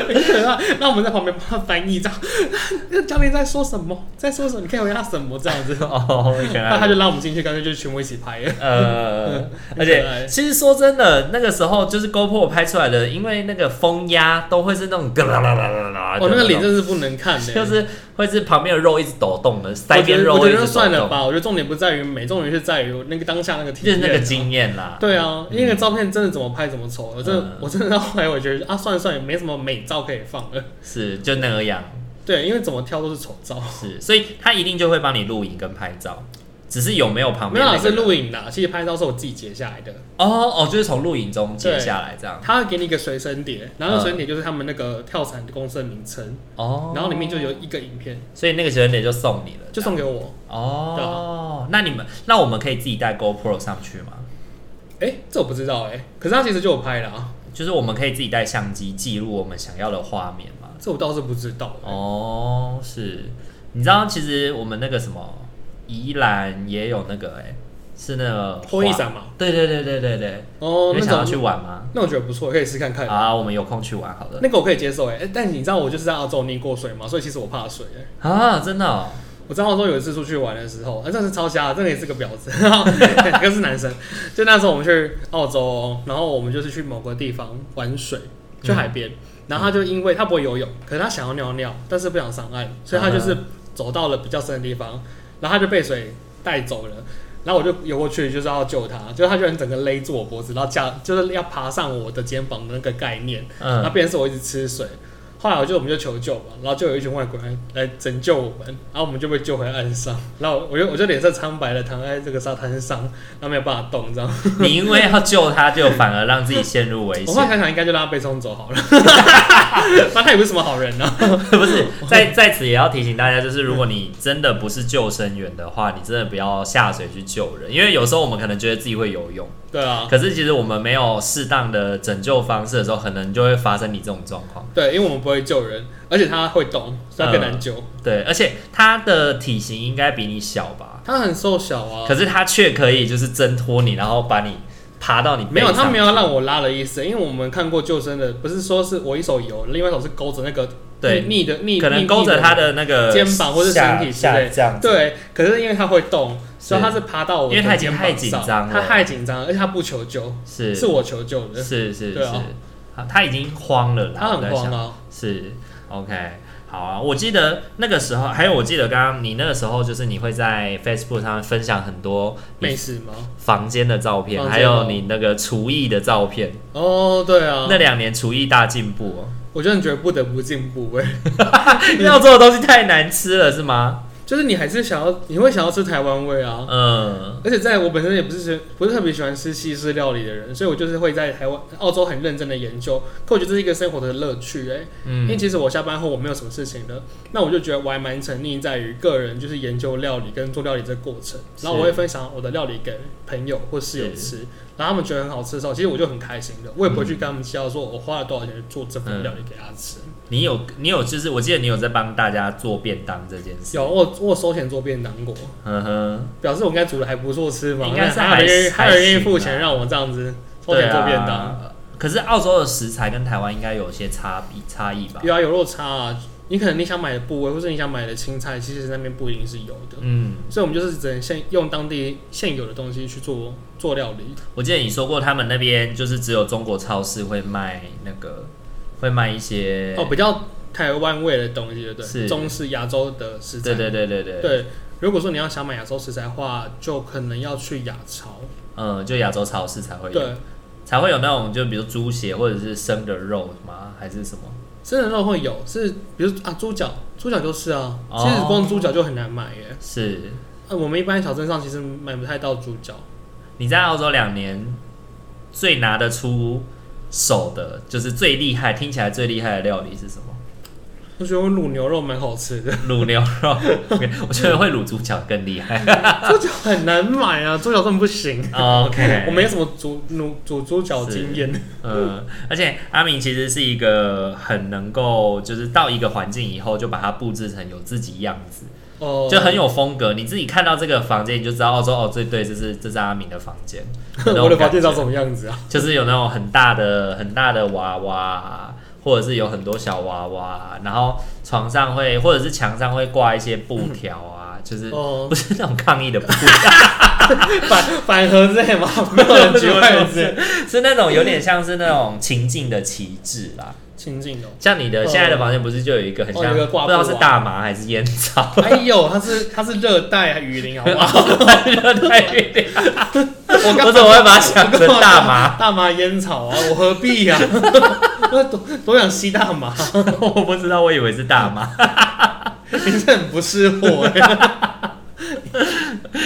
Speaker 2: 很可爱，那我们在旁边帮他翻译，这样， [laughs] 那教练在说什么，在说什么，你可以回答什么这样子。
Speaker 1: [laughs] 哦，原
Speaker 2: 那哎他
Speaker 1: 来
Speaker 2: 就拉我们进去，干脆就全部一起拍了。 [laughs]
Speaker 1: 呃，而
Speaker 2: 很可爱
Speaker 1: 且其实说真的，那个时候就是 GoPro 拍出来的，因为那个风压都会是那种咯啦啦啦啦啦，
Speaker 2: [laughs] 我、哦、那个脸真是不能看的、
Speaker 1: 就是会是旁边的肉一直抖动的，
Speaker 2: 我
Speaker 1: 腮
Speaker 2: 觉
Speaker 1: 边
Speaker 2: 得
Speaker 1: 肉
Speaker 2: 我
Speaker 1: 会一
Speaker 2: 觉
Speaker 1: 直
Speaker 2: 得
Speaker 1: 抖
Speaker 2: 算了
Speaker 1: 动，
Speaker 2: 吧，我觉得重点不在于美，重点是在于那个当下那个体
Speaker 1: 就
Speaker 2: 验、
Speaker 1: 是那个经验啦。
Speaker 2: 对啊，因为那个照片真的怎么拍怎么丑，我真的、
Speaker 1: 嗯
Speaker 2: 我真的到后来我觉得啊，算了算了，也没什么美照可以放了。
Speaker 1: 是就那样，
Speaker 2: 对，因啊为怎么挑都是丑照。
Speaker 1: 是，所以他一定就会帮你录影跟拍照，只是有没有旁
Speaker 2: 没
Speaker 1: 边
Speaker 2: 有
Speaker 1: 那
Speaker 2: 啦，
Speaker 1: 个
Speaker 2: 是
Speaker 1: 人
Speaker 2: 录影啦，其实拍照是我自己截下来的。
Speaker 1: 哦哦，就是从录影中截下来这样。
Speaker 2: 他会给你一个随身碟，然后那个随身碟就是他们那个跳伞公司的名称，
Speaker 1: 嗯哦，
Speaker 2: 然后里面就有，一个影片，
Speaker 1: 所以那个学生点就送你了，
Speaker 2: 就
Speaker 1: 这样
Speaker 2: 送给我。啊
Speaker 1: 哦。那你们，那我们可以自己带 GoPro 上去吗？
Speaker 2: 哎、这我不知道哎、可是他其实就有拍啦，
Speaker 1: 就是我们可以自己带相机记录我们想要的画面吗？
Speaker 2: 这我倒是不知道、欸。
Speaker 1: 哦，是，你知道其实我们那个什么宜兰也有那个哎、是那个
Speaker 2: 拖衣伞嘛。
Speaker 1: 对对对对对对，
Speaker 2: 哦，
Speaker 1: 你
Speaker 2: 那
Speaker 1: 们想要去
Speaker 2: 种
Speaker 1: 玩吗？
Speaker 2: 那我觉得不错，可以试看看。
Speaker 1: 啊，我们有空去玩好了。
Speaker 2: 那个我可以接受哎、欸但你知道我就是在澳洲溺过水嘛，所以其实我怕水、欸。
Speaker 1: 啊，真的、哦，
Speaker 2: 我在澳洲有一次出去玩的时候，啊，真的是超瞎，真的也是个婊子， [laughs] 一个是男生。就那时候我们去澳洲哦，然后我们就是去某个地方玩水，去海边。然后他就因为他不会游泳，可是他想要尿尿，但是不想上岸，所以他就是走到了比较深的地方，然后他就被水带走了。然后我就游过去，就是要救他，就他居然整个勒住我脖子，然后架就是要爬上我的肩膀的那个概念。那
Speaker 1: 嗯，
Speaker 2: 变成是我一直吃水。后来我就我们就求救嘛，然后就有一群外国人来拯救我们，然后我们就被救回岸上，然后我就我就脸色苍白的躺在这个沙滩上，然后没有办法动，这样。
Speaker 1: 你因为要救他，就反而让自己陷入危
Speaker 2: 我后来
Speaker 1: 险。
Speaker 2: 想想，应该就让他被冲走好了，那他也不是什么好人呢、啊。
Speaker 1: [laughs] 不是，在在此也要提醒大家，就是如果你真的不是救生员的话，你真的不要下水去救人，因为有时候我们可能觉得自己会游泳，
Speaker 2: 对啊，
Speaker 1: 可是其实我们没有适当的拯救方式的时候，可能就会发生你这种状况。
Speaker 2: 对，因为我们不会救人，而且他会动，所以他更
Speaker 1: 嗯
Speaker 2: 难救。
Speaker 1: 对，而且他的体型应该比你小吧，
Speaker 2: 他很瘦小啊，
Speaker 1: 可是他却可以就是挣脱你，然后把你爬到你
Speaker 2: 没有，他没
Speaker 1: 有
Speaker 2: 有要让我拉的意思，因为我们看过救生的，不是说是我一手游，另外一手是勾着那个
Speaker 1: 对
Speaker 2: 逆的逆，
Speaker 1: 可能勾着他的那个
Speaker 2: 肩膀或是身体之
Speaker 1: 下
Speaker 2: 类
Speaker 1: 下这样子。
Speaker 2: 对，可是因为他会动，
Speaker 1: 是
Speaker 2: 所以他是爬到我的
Speaker 1: 因为他已经
Speaker 2: 肩膀
Speaker 1: 太紧
Speaker 2: 上
Speaker 1: 张了
Speaker 2: 他太紧张了，而且他不求救，
Speaker 1: 是
Speaker 2: 是我求救的，
Speaker 1: 是是是
Speaker 2: 对啊
Speaker 1: 他他已经慌了啦，
Speaker 2: 他
Speaker 1: 我在
Speaker 2: 很慌
Speaker 1: 想
Speaker 2: 啊。
Speaker 1: 是 OK。好啊，我记得那个时候，还有我记得刚刚你那个时候，就是你会在 Facebook 上分享很多
Speaker 2: 美
Speaker 1: 你
Speaker 2: 食吗？
Speaker 1: 房间的照片，
Speaker 2: 房间
Speaker 1: 还有
Speaker 2: 哦
Speaker 1: 你那个厨艺的照片。
Speaker 2: 哦，对啊
Speaker 1: 那，两年厨艺大进步哦，
Speaker 2: 我真的觉得不得不进步哎、
Speaker 1: 要做的东西太难吃了是吗？
Speaker 2: 就是你还是想要，你会想要吃台湾味啊。
Speaker 1: 嗯，
Speaker 2: 而且在我本身也不是不是特别喜欢吃西式料理的人，所以我就是会在台湾、澳洲很认真的研究。可我觉得这是一个生活的乐趣哎、因为
Speaker 1: 嗯，
Speaker 2: 其实我下班后我没有什么事情的，那我就觉得我还蛮沉溺在于个人就是研究料理跟做料理这个过程，
Speaker 1: 是
Speaker 2: 然后我会分享我的料理给朋友或室友吃，然后他们觉得很好吃的时候，其实我就很开心的，我也不会去跟他们计较说哦我花了多少钱去做这
Speaker 1: 嗯
Speaker 2: 份料理给他吃。
Speaker 1: 你有你有，就是我记得你有在帮大家做便当这件事，
Speaker 2: 有我我有收钱做便当过，
Speaker 1: 呵呵，
Speaker 2: 表示我应该煮的还不错吃嘛，
Speaker 1: 应该是
Speaker 2: 那还有人愿意
Speaker 1: 还
Speaker 2: 还有人愿意
Speaker 1: 还行
Speaker 2: 付
Speaker 1: 啦
Speaker 2: 钱让我这样子收
Speaker 1: 对啊
Speaker 2: 钱做便当，
Speaker 1: 啊。可是澳洲的食材跟台湾应该有些差别差异吧？
Speaker 2: 有啊有落差啊，你可能你想买的部位，或是你想买的青菜，其实那边不一定是有的。
Speaker 1: 嗯，
Speaker 2: 所以我们就是只能现用当地现有的东西去做做料理。
Speaker 1: 我记得你说过他们那边就是只有中国超市会卖那个，会卖一些
Speaker 2: 哦，比较台湾味的东西，对不
Speaker 1: 是
Speaker 2: 对？中式亚洲的食材。
Speaker 1: 对对对对对，
Speaker 2: 对如果说你要想买亚洲食材的话，就可能要去亚超。
Speaker 1: 嗯，就亚洲超市才会有，
Speaker 2: 对，
Speaker 1: 才会有那种就比如猪血或者是生的肉吗？还是什么？
Speaker 2: 生的肉会有，是比如啊猪脚，猪脚就是啊，
Speaker 1: 哦
Speaker 2: 其实光猪脚就很难买耶。
Speaker 1: 是
Speaker 2: 呃，我们一般小镇上其实买不太到猪脚，
Speaker 1: 你在澳洲两年最拿得出手的，就是最厉害，听起来最厉害的料理是什么？
Speaker 2: 我觉得卤牛肉蛮好吃的，
Speaker 1: [laughs] 卤牛肉，
Speaker 2: [laughs]
Speaker 1: 我觉得会卤猪脚更厉害。
Speaker 2: 猪脚很难买啊，猪脚真的不行。
Speaker 1: OK，
Speaker 2: [laughs] 我没什么煮卤煮猪脚经验，
Speaker 1: 嗯，而且阿明其实是一个很能够，就是到一个环境以后就把它布置成有自己样子，
Speaker 2: 哦，。
Speaker 1: 就很有风格。你自己看到这个房间，你就知道哦，说哦，这对，这是这是阿明的房间
Speaker 2: [laughs]
Speaker 1: 有那种
Speaker 2: 我的房
Speaker 1: 感觉
Speaker 2: 间长什么样子啊？
Speaker 1: 就是有那种很大的很大的娃娃，或者是有很多小娃娃，然后床上会或者是墙上会挂一些布条啊，就是
Speaker 2: 哦
Speaker 1: 不是那种抗议
Speaker 2: [laughs]
Speaker 1: 的布，
Speaker 2: [laughs] 反反盒子也蛮没有人觉得是
Speaker 1: 是那种有点像是那种情境的旗帜啦。
Speaker 2: 清静的哦。
Speaker 1: 像你的现在的房间不是就有一个很像，
Speaker 2: 哦有一个
Speaker 1: 不
Speaker 2: 挂
Speaker 1: 知
Speaker 2: 布啊
Speaker 1: 道是大麻还是烟草， [laughs]
Speaker 2: 哎呦，它是它是热带雨林，好不好？ [laughs] 我
Speaker 1: 我怎么会把它想成大
Speaker 2: [laughs]
Speaker 1: 麻？
Speaker 2: 大麻烟草啊，我何必呀、啊？ [laughs] 我多多想吸大麻，
Speaker 1: 我不知道，我以为是大麻，
Speaker 2: 你这很不是我、欸。 [laughs]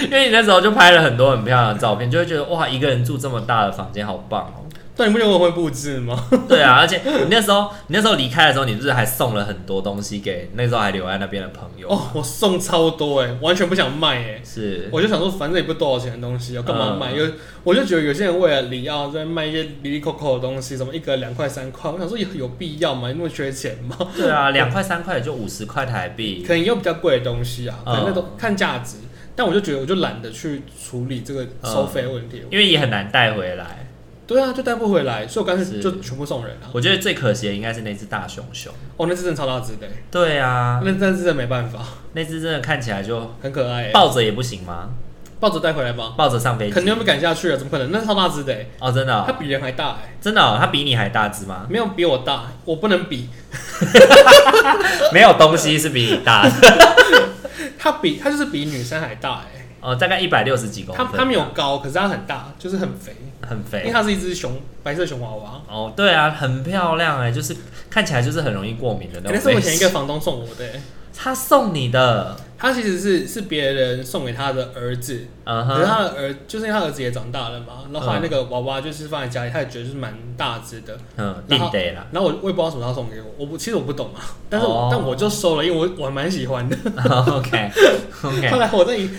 Speaker 1: 因为你那时候就拍了很多很漂亮的照片，就会觉得哇，一个人住这么大的房间好棒哦、
Speaker 2: 但你不觉得我会布置吗？
Speaker 1: 对啊，而且你那时候，你那时候离开的时候，你是不是还送了很多东西给那时候还留在那边的朋友？
Speaker 2: 哦，我送超多哎、完全不想卖哎、
Speaker 1: 是，
Speaker 2: 我就想说，反正也不多少钱的东西，要干嘛卖？
Speaker 1: 嗯
Speaker 2: 有我就觉得有些人为了礼奥在卖一些离离扣扣的东西，什么一个两块三块，我想说有有必要吗？你那么缺钱吗？
Speaker 1: 对啊，两块三块也就五十块台币
Speaker 2: 可，能有比较贵的东西啊，可能那
Speaker 1: 嗯
Speaker 2: 种看价值。但我就觉得，我就懒得去处理这个
Speaker 1: 嗯
Speaker 2: 收费问题。
Speaker 1: 因为也很难带回来。
Speaker 2: 对啊，就带不回来，所以我干脆
Speaker 1: 是
Speaker 2: 就全部送人啊。
Speaker 1: 我觉得最可惜的应该是那只大熊熊。
Speaker 2: 哦，那只真的超大只的欸，
Speaker 1: 对啊，
Speaker 2: 那但是真的没办法，
Speaker 1: 那只真的看起来就
Speaker 2: 很可爱欸。
Speaker 1: 抱着也不行吗？
Speaker 2: 抱着带回来吧，
Speaker 1: 抱着上飞
Speaker 2: 肯定
Speaker 1: 机？
Speaker 2: 不敢下去啊，怎么可能？那超大只的欸，
Speaker 1: 哦，真的
Speaker 2: 它
Speaker 1: 哦、
Speaker 2: 比人还大哎，
Speaker 1: 真的、哦，它比你还大只吗？
Speaker 2: 没有比我大，我不能比。
Speaker 1: 没有东西是比你大的，
Speaker 2: [laughs] 它比它就是比女生还大哎。
Speaker 1: 哦，大概一百六十几公
Speaker 2: 它
Speaker 1: 分。
Speaker 2: 它没有高，可是它很大，就是很肥，
Speaker 1: 很
Speaker 2: 因为
Speaker 1: 肥。
Speaker 2: 它是一只熊，白色熊娃娃。
Speaker 1: 哦，对啊，很漂亮哎、就是看起来就是很容易过敏的那
Speaker 2: 欸
Speaker 1: 种
Speaker 2: 那
Speaker 1: 类型。
Speaker 2: 是我以前一个房东送我的欸，
Speaker 1: 他送你的，
Speaker 2: 他其实是是别人送给他的儿子，
Speaker 1: 嗯
Speaker 2: 可是
Speaker 1: 哼，
Speaker 2: 他的儿就是因为他儿子也长大了嘛，然后后来那个娃娃就是放在家里，他也觉得是蛮大只的，
Speaker 1: 嗯，
Speaker 2: 然后
Speaker 1: 定
Speaker 2: [laughs]
Speaker 1: 得啦，
Speaker 2: 然后我我也不知道什么他送给我，我不其实我不懂啊，但是我、
Speaker 1: 哦
Speaker 2: 但我就收了，因为我我还蛮喜欢的。
Speaker 1: ，OK
Speaker 2: 后
Speaker 1: OK，
Speaker 2: 来我在移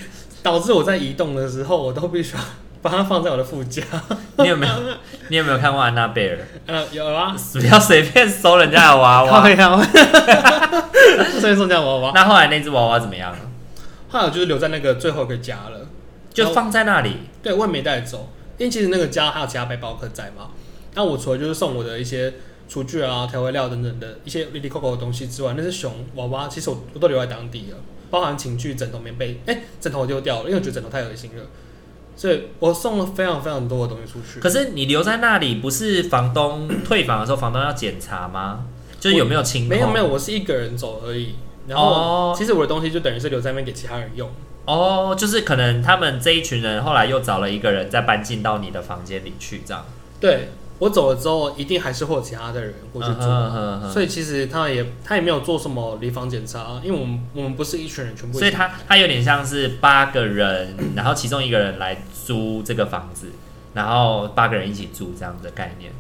Speaker 2: 导致我在移动的时候，我都必须要把它放在我的副
Speaker 1: [laughs]
Speaker 2: 驾。
Speaker 1: 你有没有你有没有看过安娜贝尔？
Speaker 2: 呃，有啊，
Speaker 1: 不要随便收人家的娃
Speaker 2: 靠
Speaker 1: 娃。
Speaker 2: 呀， [laughs] 所以送家娃娃，
Speaker 1: 那后来那只娃娃怎么样？啊
Speaker 2: 后来我就是留在那个最后一个家了，
Speaker 1: 就放在那里，
Speaker 2: 对我也没带走，因为其实那个家还有其他背包客在嘛。那我除了就是送我的一些厨具啊、调味料等等的一些里里扣扣的东西之外，那些熊娃娃其实我我都留在当地了，包含寝具、枕头、棉被。哎、枕头我丢掉了，因为我觉得枕头太恶心了，所以我送了非常非常多的东西出去。
Speaker 1: 可是你留在那里，不是房东退房的时候，房东要检查吗？就是有没有清空？
Speaker 2: 没有没有，我是一个人走而已。然后
Speaker 1: 哦
Speaker 2: 其实我的东西就等于是留在那边给其他人用。
Speaker 1: 哦，就是可能他们这一群人后来又找了一个人再搬进到你的房间里去，这样。
Speaker 2: 对我走了之后，一定还是会有其他的人过去住。
Speaker 1: 嗯哼哼
Speaker 2: 所以其实他也他也没有做什么离房检查，啊因为我们我们不是一群人全部一起，
Speaker 1: 所以他他有点像是八个人，然后其中一个人来租这个房
Speaker 2: [coughs]
Speaker 1: 子，然后八个人一起住这样的概念，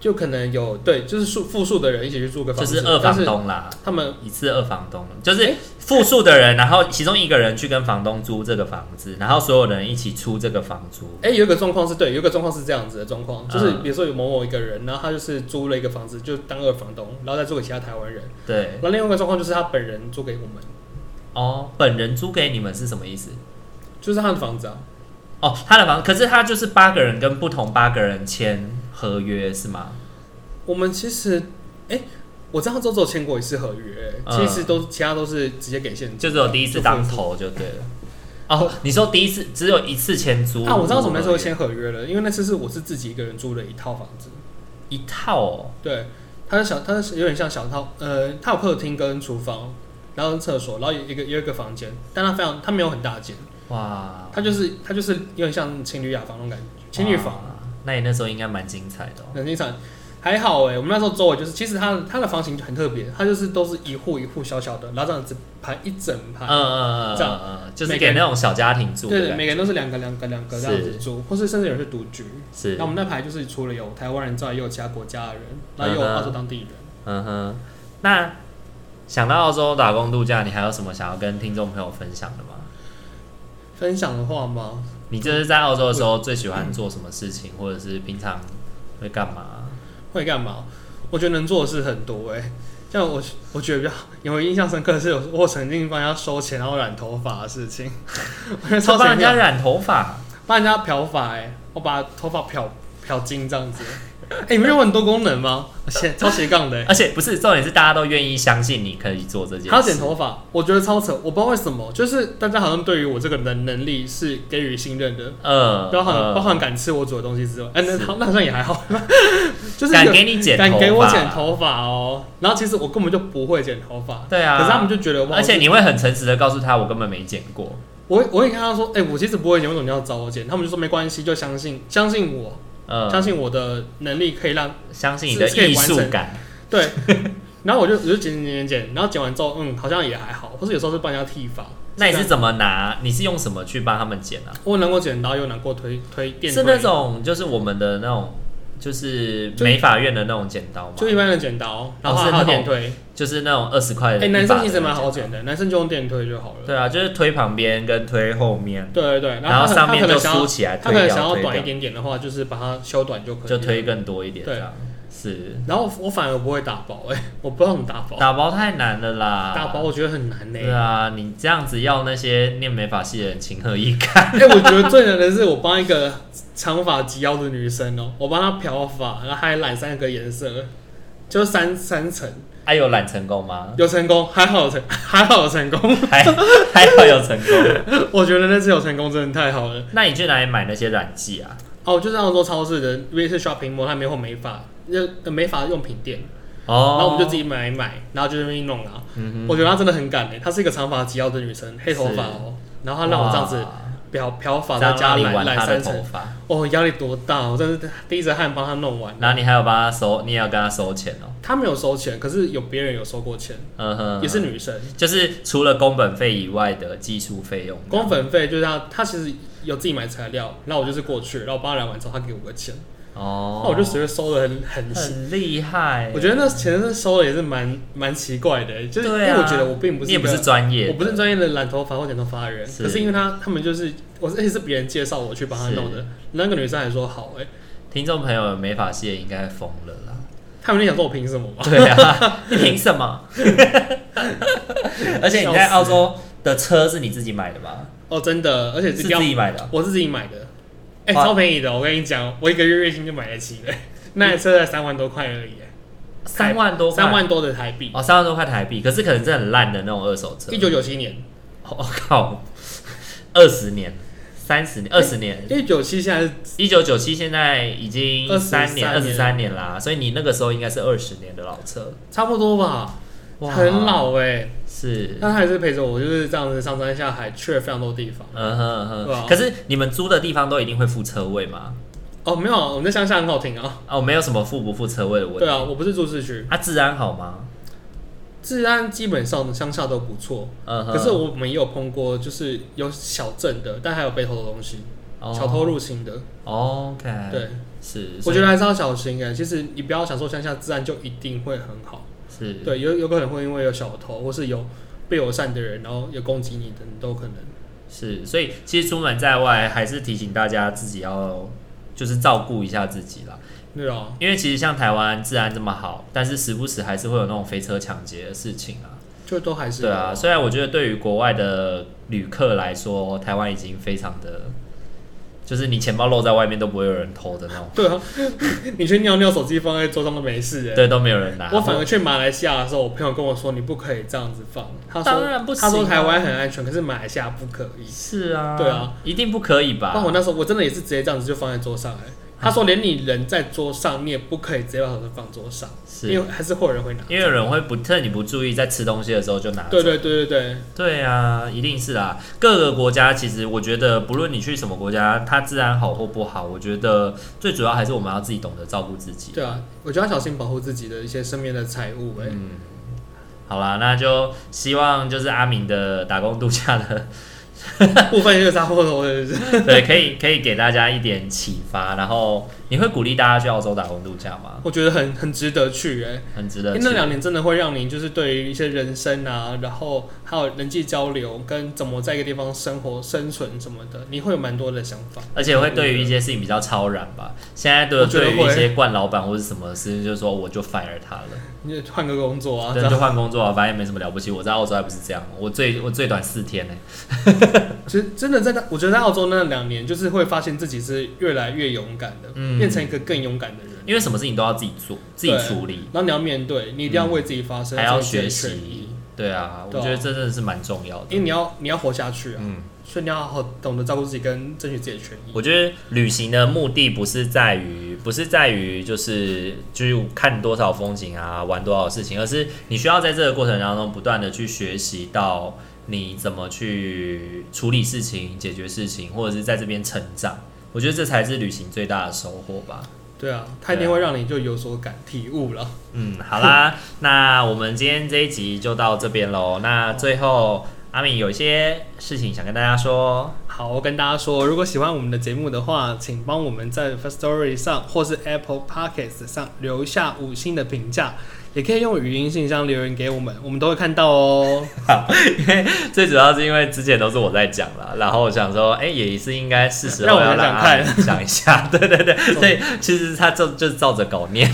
Speaker 2: 就可能有对，就是数复数的人一起去住个
Speaker 1: 就
Speaker 2: 房子，
Speaker 1: 是二
Speaker 2: 但
Speaker 1: 房
Speaker 2: 是
Speaker 1: 东啦，
Speaker 2: 他们
Speaker 1: 一次二房东，就是复数的人，然后其中一个人去跟房东租这个房子，然后所有人一起出这个房租。
Speaker 2: 哎、有一个状况是对，有一个状况是这样子的状况，就是
Speaker 1: 嗯
Speaker 2: 比如说有某某一个人，然后他就是租了一个房子，就当二房东，然后再租给其他台湾人。
Speaker 1: 对
Speaker 2: 然，后另外一个状况就是他本人租给我们，
Speaker 1: 哦，本人租给你们是什么意思？
Speaker 2: 就是他的房子啊。
Speaker 1: 哦，他的房，可是他就是八个人跟不同八个人签合约是吗？
Speaker 2: 我们其实哎、我知道周只有签过一次合约，
Speaker 1: 嗯
Speaker 2: 其实都其他都是直接给现金，
Speaker 1: 就只有第一次当
Speaker 2: 就付
Speaker 1: 头就对了。哦，你说第一次只有一次签租
Speaker 2: 付。啊，我知道为什么那时候签合约了，因为那次是我是自己一个人租了一套房子，
Speaker 1: 一套哦，
Speaker 2: 对，它是小，它是有点像小套，呃，它有客厅跟厨房，然后跟厕所，然后有一个有一个房间，但它非常它没有很大间，
Speaker 1: 哇，
Speaker 2: 它就是它就是有点像情侣雅房那种感觉，情侣房。
Speaker 1: 哇，那你那时候应该蛮精彩的哦。
Speaker 2: 冷静场还好哎、我们那时候周围就是，其实它的它的房型很特别，它就是都是一户一户小小的，然后这样子排一整排，
Speaker 1: 嗯嗯嗯嗯
Speaker 2: 啊
Speaker 1: 嗯
Speaker 2: 这样
Speaker 1: 嗯，就是
Speaker 2: 每个
Speaker 1: 给
Speaker 2: 人
Speaker 1: 那种小家庭住的感
Speaker 2: 对对，
Speaker 1: 觉，
Speaker 2: 每个人都是两个两个两个这样子
Speaker 1: 是
Speaker 2: 住，或是甚至有人是独居。
Speaker 1: 是
Speaker 2: 那我，们那排就是除了有台湾人之外，也有其他国家的人，然后也有
Speaker 1: 嗯哼
Speaker 2: 澳洲当地人。
Speaker 1: 嗯哼。那想到澳洲打工度假，你还有什么想要跟听众朋友分享的吗？
Speaker 2: 分享的话吗？
Speaker 1: 你就是在澳洲的时候最喜欢做什么事情，或者是平常会干嘛？
Speaker 2: 会干嘛？我觉得能做的事很多哎、像我我觉得比较有印象深刻的是有，我曾经帮人家收钱然后染头发的事情， [laughs] 我觉得超
Speaker 1: 帮
Speaker 2: 神
Speaker 1: 人
Speaker 2: 妙
Speaker 1: 家。染头发，
Speaker 2: 帮人家漂发哎、我把头发漂漂金这样子。哎、你们有很多功能吗？ [laughs] 斜超斜杠的、
Speaker 1: [laughs]
Speaker 2: 欸，
Speaker 1: 而且不是重点是大家都愿意相信你可以做这件事。
Speaker 2: 还要剪头发，我觉得超扯，我不知道为什么，就是大家好像对于我这个人的能力是给予信任的，
Speaker 1: 呃，
Speaker 2: 包含、
Speaker 1: 呃
Speaker 2: 包含敢吃我煮的东西之外，哎、那
Speaker 1: 是
Speaker 2: 那好像也还好， [laughs] 就是
Speaker 1: 敢
Speaker 2: 有
Speaker 1: 给你剪头发，
Speaker 2: 敢给我剪，头发哦，然后其实我根本就不会剪头发，
Speaker 1: 对啊，
Speaker 2: 可是他们就觉得哇，
Speaker 1: 而且你会很诚实的告诉他，我根本没剪过。
Speaker 2: 我会我会跟他说，哎、我其实不会剪，为什么你要找我剪？他们就说没关系，就相信相信我，
Speaker 1: 嗯，
Speaker 2: 相信我的能力可以让
Speaker 1: 相信你的艺术
Speaker 2: 啊
Speaker 1: 感， [laughs]
Speaker 2: 对，然后我就我就剪剪剪剪，然后剪完之后，嗯，好像也还好，或是有时候是帮人家剃发。
Speaker 1: 那你是怎么拿？你是用什么去帮他们剪啊？
Speaker 2: 我难过剪刀，又难过推推电推，
Speaker 1: 是那种就是我们的那种，就是美法院的那种剪刀吗？
Speaker 2: 就一般的剪刀，然后
Speaker 1: 哦是
Speaker 2: 还有
Speaker 1: 那种
Speaker 2: 电推。
Speaker 1: 就是那种二十块的
Speaker 2: 哎、
Speaker 1: 一把的那
Speaker 2: 男
Speaker 1: 种。
Speaker 2: 生其实蛮好剪的，男生就用电推就好了。
Speaker 1: 对啊，就是推旁边跟推后面，
Speaker 2: 对对对，
Speaker 1: 然
Speaker 2: 后
Speaker 1: 后
Speaker 2: 他
Speaker 1: 上面
Speaker 2: 他
Speaker 1: 就
Speaker 2: 可能想
Speaker 1: 梳
Speaker 2: 要，
Speaker 1: 起来，
Speaker 2: 他
Speaker 1: 推
Speaker 2: 可能想
Speaker 1: 掉
Speaker 2: 要
Speaker 1: 推
Speaker 2: 短一
Speaker 1: 掉，
Speaker 2: 点点的话，就是把它修短就可以，
Speaker 1: 就推。更多一点这
Speaker 2: 对
Speaker 1: 样。是
Speaker 2: 然后我反而不会打包、哎， [laughs] 我不知道怎么打包，
Speaker 1: 打包太难了啦，
Speaker 2: 打包我觉得很难欸呢、
Speaker 1: 对
Speaker 2: [laughs]
Speaker 1: 啊，你这样子要那些念美法系的人情何以堪？ [laughs]
Speaker 2: 哎、我觉得最难的是我帮一个长发及腰的女生哦、我帮她漂发，然后还染三个颜色，就三三层，
Speaker 1: 哎、有染成功吗？ [laughs]
Speaker 2: 有成功，还好有成， [laughs] 还好有成功。 [laughs]
Speaker 1: 还还好有成功。
Speaker 2: 我觉得那次有成功真的太好了。
Speaker 1: 那你去哪里买那些染剂啊？
Speaker 2: 哦，就是澳洲超市的，因为是 shopping mall，它没有美发，呃美发用品店，
Speaker 1: 哦
Speaker 2: 然后我们就自己买买，然后就在那边弄啊。
Speaker 1: 嗯
Speaker 2: 我觉得她真的很敢欸诶、她是一个长发及腰的女生，黑头发哦、然后她让我这样子漂漂发
Speaker 1: 哇
Speaker 2: 在
Speaker 1: 在
Speaker 2: 家
Speaker 1: 家
Speaker 2: 里
Speaker 1: 里
Speaker 2: 染
Speaker 1: 玩
Speaker 2: 染
Speaker 1: 他的
Speaker 2: 三
Speaker 1: 头
Speaker 2: 层，
Speaker 1: 发，
Speaker 2: 哦，压力多大！我真的是滴着汗帮她弄完。
Speaker 1: 然后你还有帮他收，你也要跟他收钱哦。
Speaker 2: 他没有收钱，可是有别人有收过钱，
Speaker 1: 嗯哼，
Speaker 2: 也是，女生。
Speaker 1: 就是除了工本费以外的技术费用，
Speaker 2: 工粉费就是他，他其实有自己买材料，然后我就是过去，然后我帮他量完之后，他给我个钱，
Speaker 1: 哦，
Speaker 2: 那我就随便收的很很细。
Speaker 1: 很厉害。欸
Speaker 2: 我觉得那钱是收的也是蛮蛮奇怪的，欸就是因
Speaker 1: 对啊
Speaker 2: 为我觉得我并不
Speaker 1: 你
Speaker 2: 是
Speaker 1: 也
Speaker 2: 一
Speaker 1: 不
Speaker 2: 个
Speaker 1: 是专业的，
Speaker 2: 我不是专业的染头发或剪头发的人，
Speaker 1: 是
Speaker 2: 可是因为他他们就是我是而且是别人介绍我去帮他弄的，那个女生还说好哎、欸，
Speaker 1: 听众朋友，美法系的应该疯了
Speaker 2: [laughs]
Speaker 1: 啦。
Speaker 2: 他们就想说我凭什么嘛？
Speaker 1: 对
Speaker 2: [laughs]
Speaker 1: 啊，你凭什么？ [laughs] 而且你在澳洲的车是你自己买的吧？
Speaker 2: 哦，真的，而且
Speaker 1: 是
Speaker 2: 是
Speaker 1: 自
Speaker 2: 标
Speaker 1: 己买的啊、
Speaker 2: 我是自己买的，哎、
Speaker 1: 哇
Speaker 2: 超便宜的。我跟你讲，我一个月月薪就买得起
Speaker 1: [laughs]
Speaker 2: 了，那台车才三万多块而已，欸
Speaker 1: 三万多块，
Speaker 2: 三万多的台币，
Speaker 1: 哦，三万多块台币，可是可能是很烂的那种二手车。
Speaker 2: 一九九七年，
Speaker 1: [laughs] 哦，我靠，二十年、三十年、二十年，
Speaker 2: 一九九七现在是
Speaker 1: 一九九七现在已经
Speaker 2: 23
Speaker 1: 三年、二十三年啦，所以你那个时候应该是二十年的老车，
Speaker 2: 差不多吧，很老哎、
Speaker 1: 是。
Speaker 2: 但他还是陪着我，就是这样子上山下海，去了非常多地方。
Speaker 1: 嗯哼嗯
Speaker 2: 对啊
Speaker 1: 哼，可是你们租的地方都一定会付车位吗？
Speaker 2: 哦，没有，我们在乡下很好听啊。
Speaker 1: 哦，没有什么付不付车位的问题。
Speaker 2: 对啊，我不是住市区，
Speaker 1: 啊，治安好吗？
Speaker 2: 治安基本上乡下都不错。
Speaker 1: 嗯哼，
Speaker 2: 可是我们也有碰过，就是有小镇的，但还有被偷的东西，
Speaker 1: 哦
Speaker 2: 小偷入侵的。
Speaker 1: OK，，
Speaker 2: 对，
Speaker 1: 是，
Speaker 2: 我
Speaker 1: 所以
Speaker 2: 觉得还是要小心哎、其实你不要想说乡下治安就一定会很好，
Speaker 1: 是，
Speaker 2: 对，有有可能会因为有小偷或是有不友善的人，然后有攻击你的，你都可能。
Speaker 1: 是，所以其实出门在外还是提醒大家自己要就是照顾一下自己啦，
Speaker 2: 对啊，
Speaker 1: 因为其实像台湾治安这么好，但是时不时还是会有那种飞车抢劫的事情啊。
Speaker 2: 就都还是
Speaker 1: 对啊，虽然我觉得对于国外的旅客来说，台湾已经非常的就是你钱包露在外面都不会有人偷的那种，
Speaker 2: 对啊， [laughs] 你去尿尿，手机放在桌上都没事哎。
Speaker 1: 对，啊都没有人拿。
Speaker 2: 我反而去马来西亚的时候，我朋友跟我说你不可以这样子放，他说
Speaker 1: 当然不行啊
Speaker 2: 他说台湾很安全，可是马来西亚不可以。
Speaker 1: 是啊，
Speaker 2: 对啊，
Speaker 1: 一定不可以吧？
Speaker 2: 那我那时候我真的也是直接这样子就放在桌上哎、他说连你人在桌上，你也不可以直接把手机放桌上，
Speaker 1: 是
Speaker 2: 因为还是会有啊人会拿。
Speaker 1: 因为有人会不趁你不注意，在吃东西的时候就拿走。
Speaker 2: 对对对对对，
Speaker 1: 对啊，一定是啊。各个国家其实，我觉得不论你去什么国家，它治安好或不好，我觉得最主要还是我们要自己懂得照顾自己。
Speaker 2: 对啊，我觉得要小心保护自己的一些身边的财物哎、
Speaker 1: 嗯，好啦，那就希望就是阿明的打工度假
Speaker 2: [laughs]
Speaker 1: 的，
Speaker 2: 部分就是他或者我也是 [laughs]
Speaker 1: 对，可以可以给大家一点启发。然后你会鼓励大家去澳洲打工度假吗？
Speaker 2: 我觉得很很值得去哎、
Speaker 1: 很值
Speaker 2: 因
Speaker 1: 得
Speaker 2: 为
Speaker 1: 去。
Speaker 2: 那两年真的会让你就是对于一些人生啊，然后还有人际交流跟怎么在一个地方生活、生存什么的，你会有蛮多的想法。
Speaker 1: 而且会对于一些事情比较超然吧。现在对
Speaker 2: 我觉得
Speaker 1: 对于
Speaker 2: 会
Speaker 1: 一些惯老板或是什么事情，就是说我就 fire 他了，
Speaker 2: 你就换个工作啊，这
Speaker 1: 对，
Speaker 2: 样
Speaker 1: 就换工作啊，反正也没什么了不起。我在澳洲还不是这样，我最我最短四天呢、
Speaker 2: 其实真的在那，我觉得在澳洲那两年，就是会发现自己是越来越勇敢的，
Speaker 1: 嗯
Speaker 2: 变成一个更勇敢的人。
Speaker 1: 因为什么事情都要自己做，自己
Speaker 2: 对
Speaker 1: 处理，
Speaker 2: 然后你要面对，你一定要为自己发声，
Speaker 1: 还要
Speaker 2: 自
Speaker 1: 学
Speaker 2: 己权益
Speaker 1: 习，。对啊，我
Speaker 2: 对啊
Speaker 1: 觉得这真的是蛮重要
Speaker 2: 因为
Speaker 1: 的。
Speaker 2: 你要你要活下去啊，
Speaker 1: 嗯，
Speaker 2: 所以你要好好懂得照顾自己跟争取自己的权益。
Speaker 1: 我觉得旅行的目的不是在于，不是在于就是就是看多少风景啊，玩多少事情，而是你需要在这个过程当中不断的去学习到你怎么去处理事情、解决事情，或者是在这边成长。我觉得这才是旅行最大的收获吧。
Speaker 2: 对啊，它一定会让你就有所感体悟了。
Speaker 1: 嗯，好啦， [laughs] 那我们今天这一集就到这边喽。那最后，阿敏有一些事情想跟大家说。 [laughs]
Speaker 2: 好，我跟大家说，如果喜欢我们的节目的话，请帮我们在 First Story 上或是 Apple Podcasts 上留下五星的评价，也可以用语音信箱留言给我们，我们都会看到 [laughs] 哦。
Speaker 1: 最主要是因为之前都是我在讲啦，然后我想说，哎、也是应该是时候
Speaker 2: 让我
Speaker 1: 要
Speaker 2: 们
Speaker 1: 让
Speaker 2: 想
Speaker 1: 阿
Speaker 2: 看嗯
Speaker 1: 敏想一下， [laughs] 对对对，所以其实他就就是照着稿念，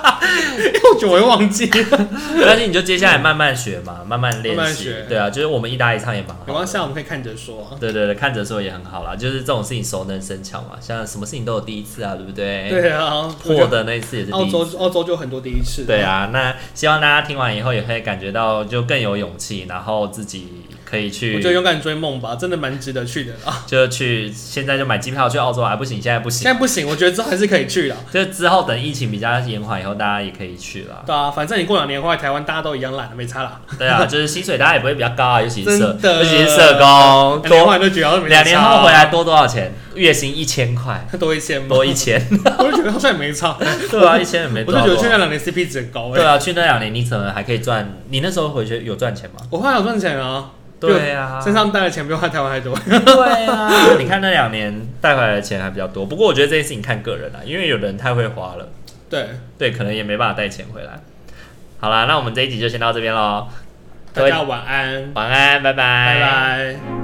Speaker 2: 我就会忘记，
Speaker 1: 但是你就接下来慢慢学嘛，慢慢练
Speaker 2: 慢慢
Speaker 1: 习
Speaker 2: 学，
Speaker 1: 对啊，就是我们一搭一唱也蛮
Speaker 2: 没
Speaker 1: 好
Speaker 2: 关
Speaker 1: 的。
Speaker 2: 系啊，我们可以看着说啊。
Speaker 1: 对对对，看着说也很好啦，就是这种事情熟能生巧嘛，像什么事情都有第一次啊，对不对？，
Speaker 2: 对啊，
Speaker 1: 破的那一次也是第
Speaker 2: 澳
Speaker 1: 一次。
Speaker 2: 洲澳洲就很多第一次。
Speaker 1: 对，啊，那希望大家听完以后也会感觉到就更有勇气，然后自己可以去
Speaker 2: 我就勇敢追梦吧，真的蛮值得去的
Speaker 1: [laughs]
Speaker 2: 啊。
Speaker 1: 就去现在就买机票去澳洲啊，不行，现在不行
Speaker 2: 现。在不行，我觉得之后还是可以去的。
Speaker 1: 就之后等疫情比较延缓以后，大家也可以去
Speaker 2: [laughs]
Speaker 1: 啦。
Speaker 2: 对啊，反正你过两年回来台湾，大家都一样懒，没差啦。
Speaker 1: 对啊，就是薪水大家也不会比较高啊，尤其是社
Speaker 2: 真，的
Speaker 1: 尤其是社工，
Speaker 2: 两年后
Speaker 1: 多
Speaker 2: 来都觉得没差啊
Speaker 1: 两年后回来多多少钱？月薪一千块，
Speaker 2: 多一千吗，
Speaker 1: 多一，千，
Speaker 2: [laughs] 我就觉得好像也没差。
Speaker 1: 对啊，一千也没
Speaker 2: 我就
Speaker 1: 多少
Speaker 2: 觉得去那
Speaker 1: 多。
Speaker 2: 两年 CP 值很高哎、
Speaker 1: 对啊，去那两年你可能还可以赚。你那时候回去有赚钱吗？
Speaker 2: 我后来有赚钱啊，
Speaker 1: 对啊
Speaker 2: 比我身上带的钱比我在台湾还多。 [laughs]
Speaker 1: 对啊， [laughs] 你看那两年带回来的钱还比较多，不过我觉得这件事情看个人啦、因为有的人太会花了，
Speaker 2: 对，
Speaker 1: 对，可能也没办法带钱回来。好啦，那我们这一集就先到这边喽，各
Speaker 2: 大
Speaker 1: 位
Speaker 2: 家晚安，
Speaker 1: 晚安，拜拜，
Speaker 2: 拜拜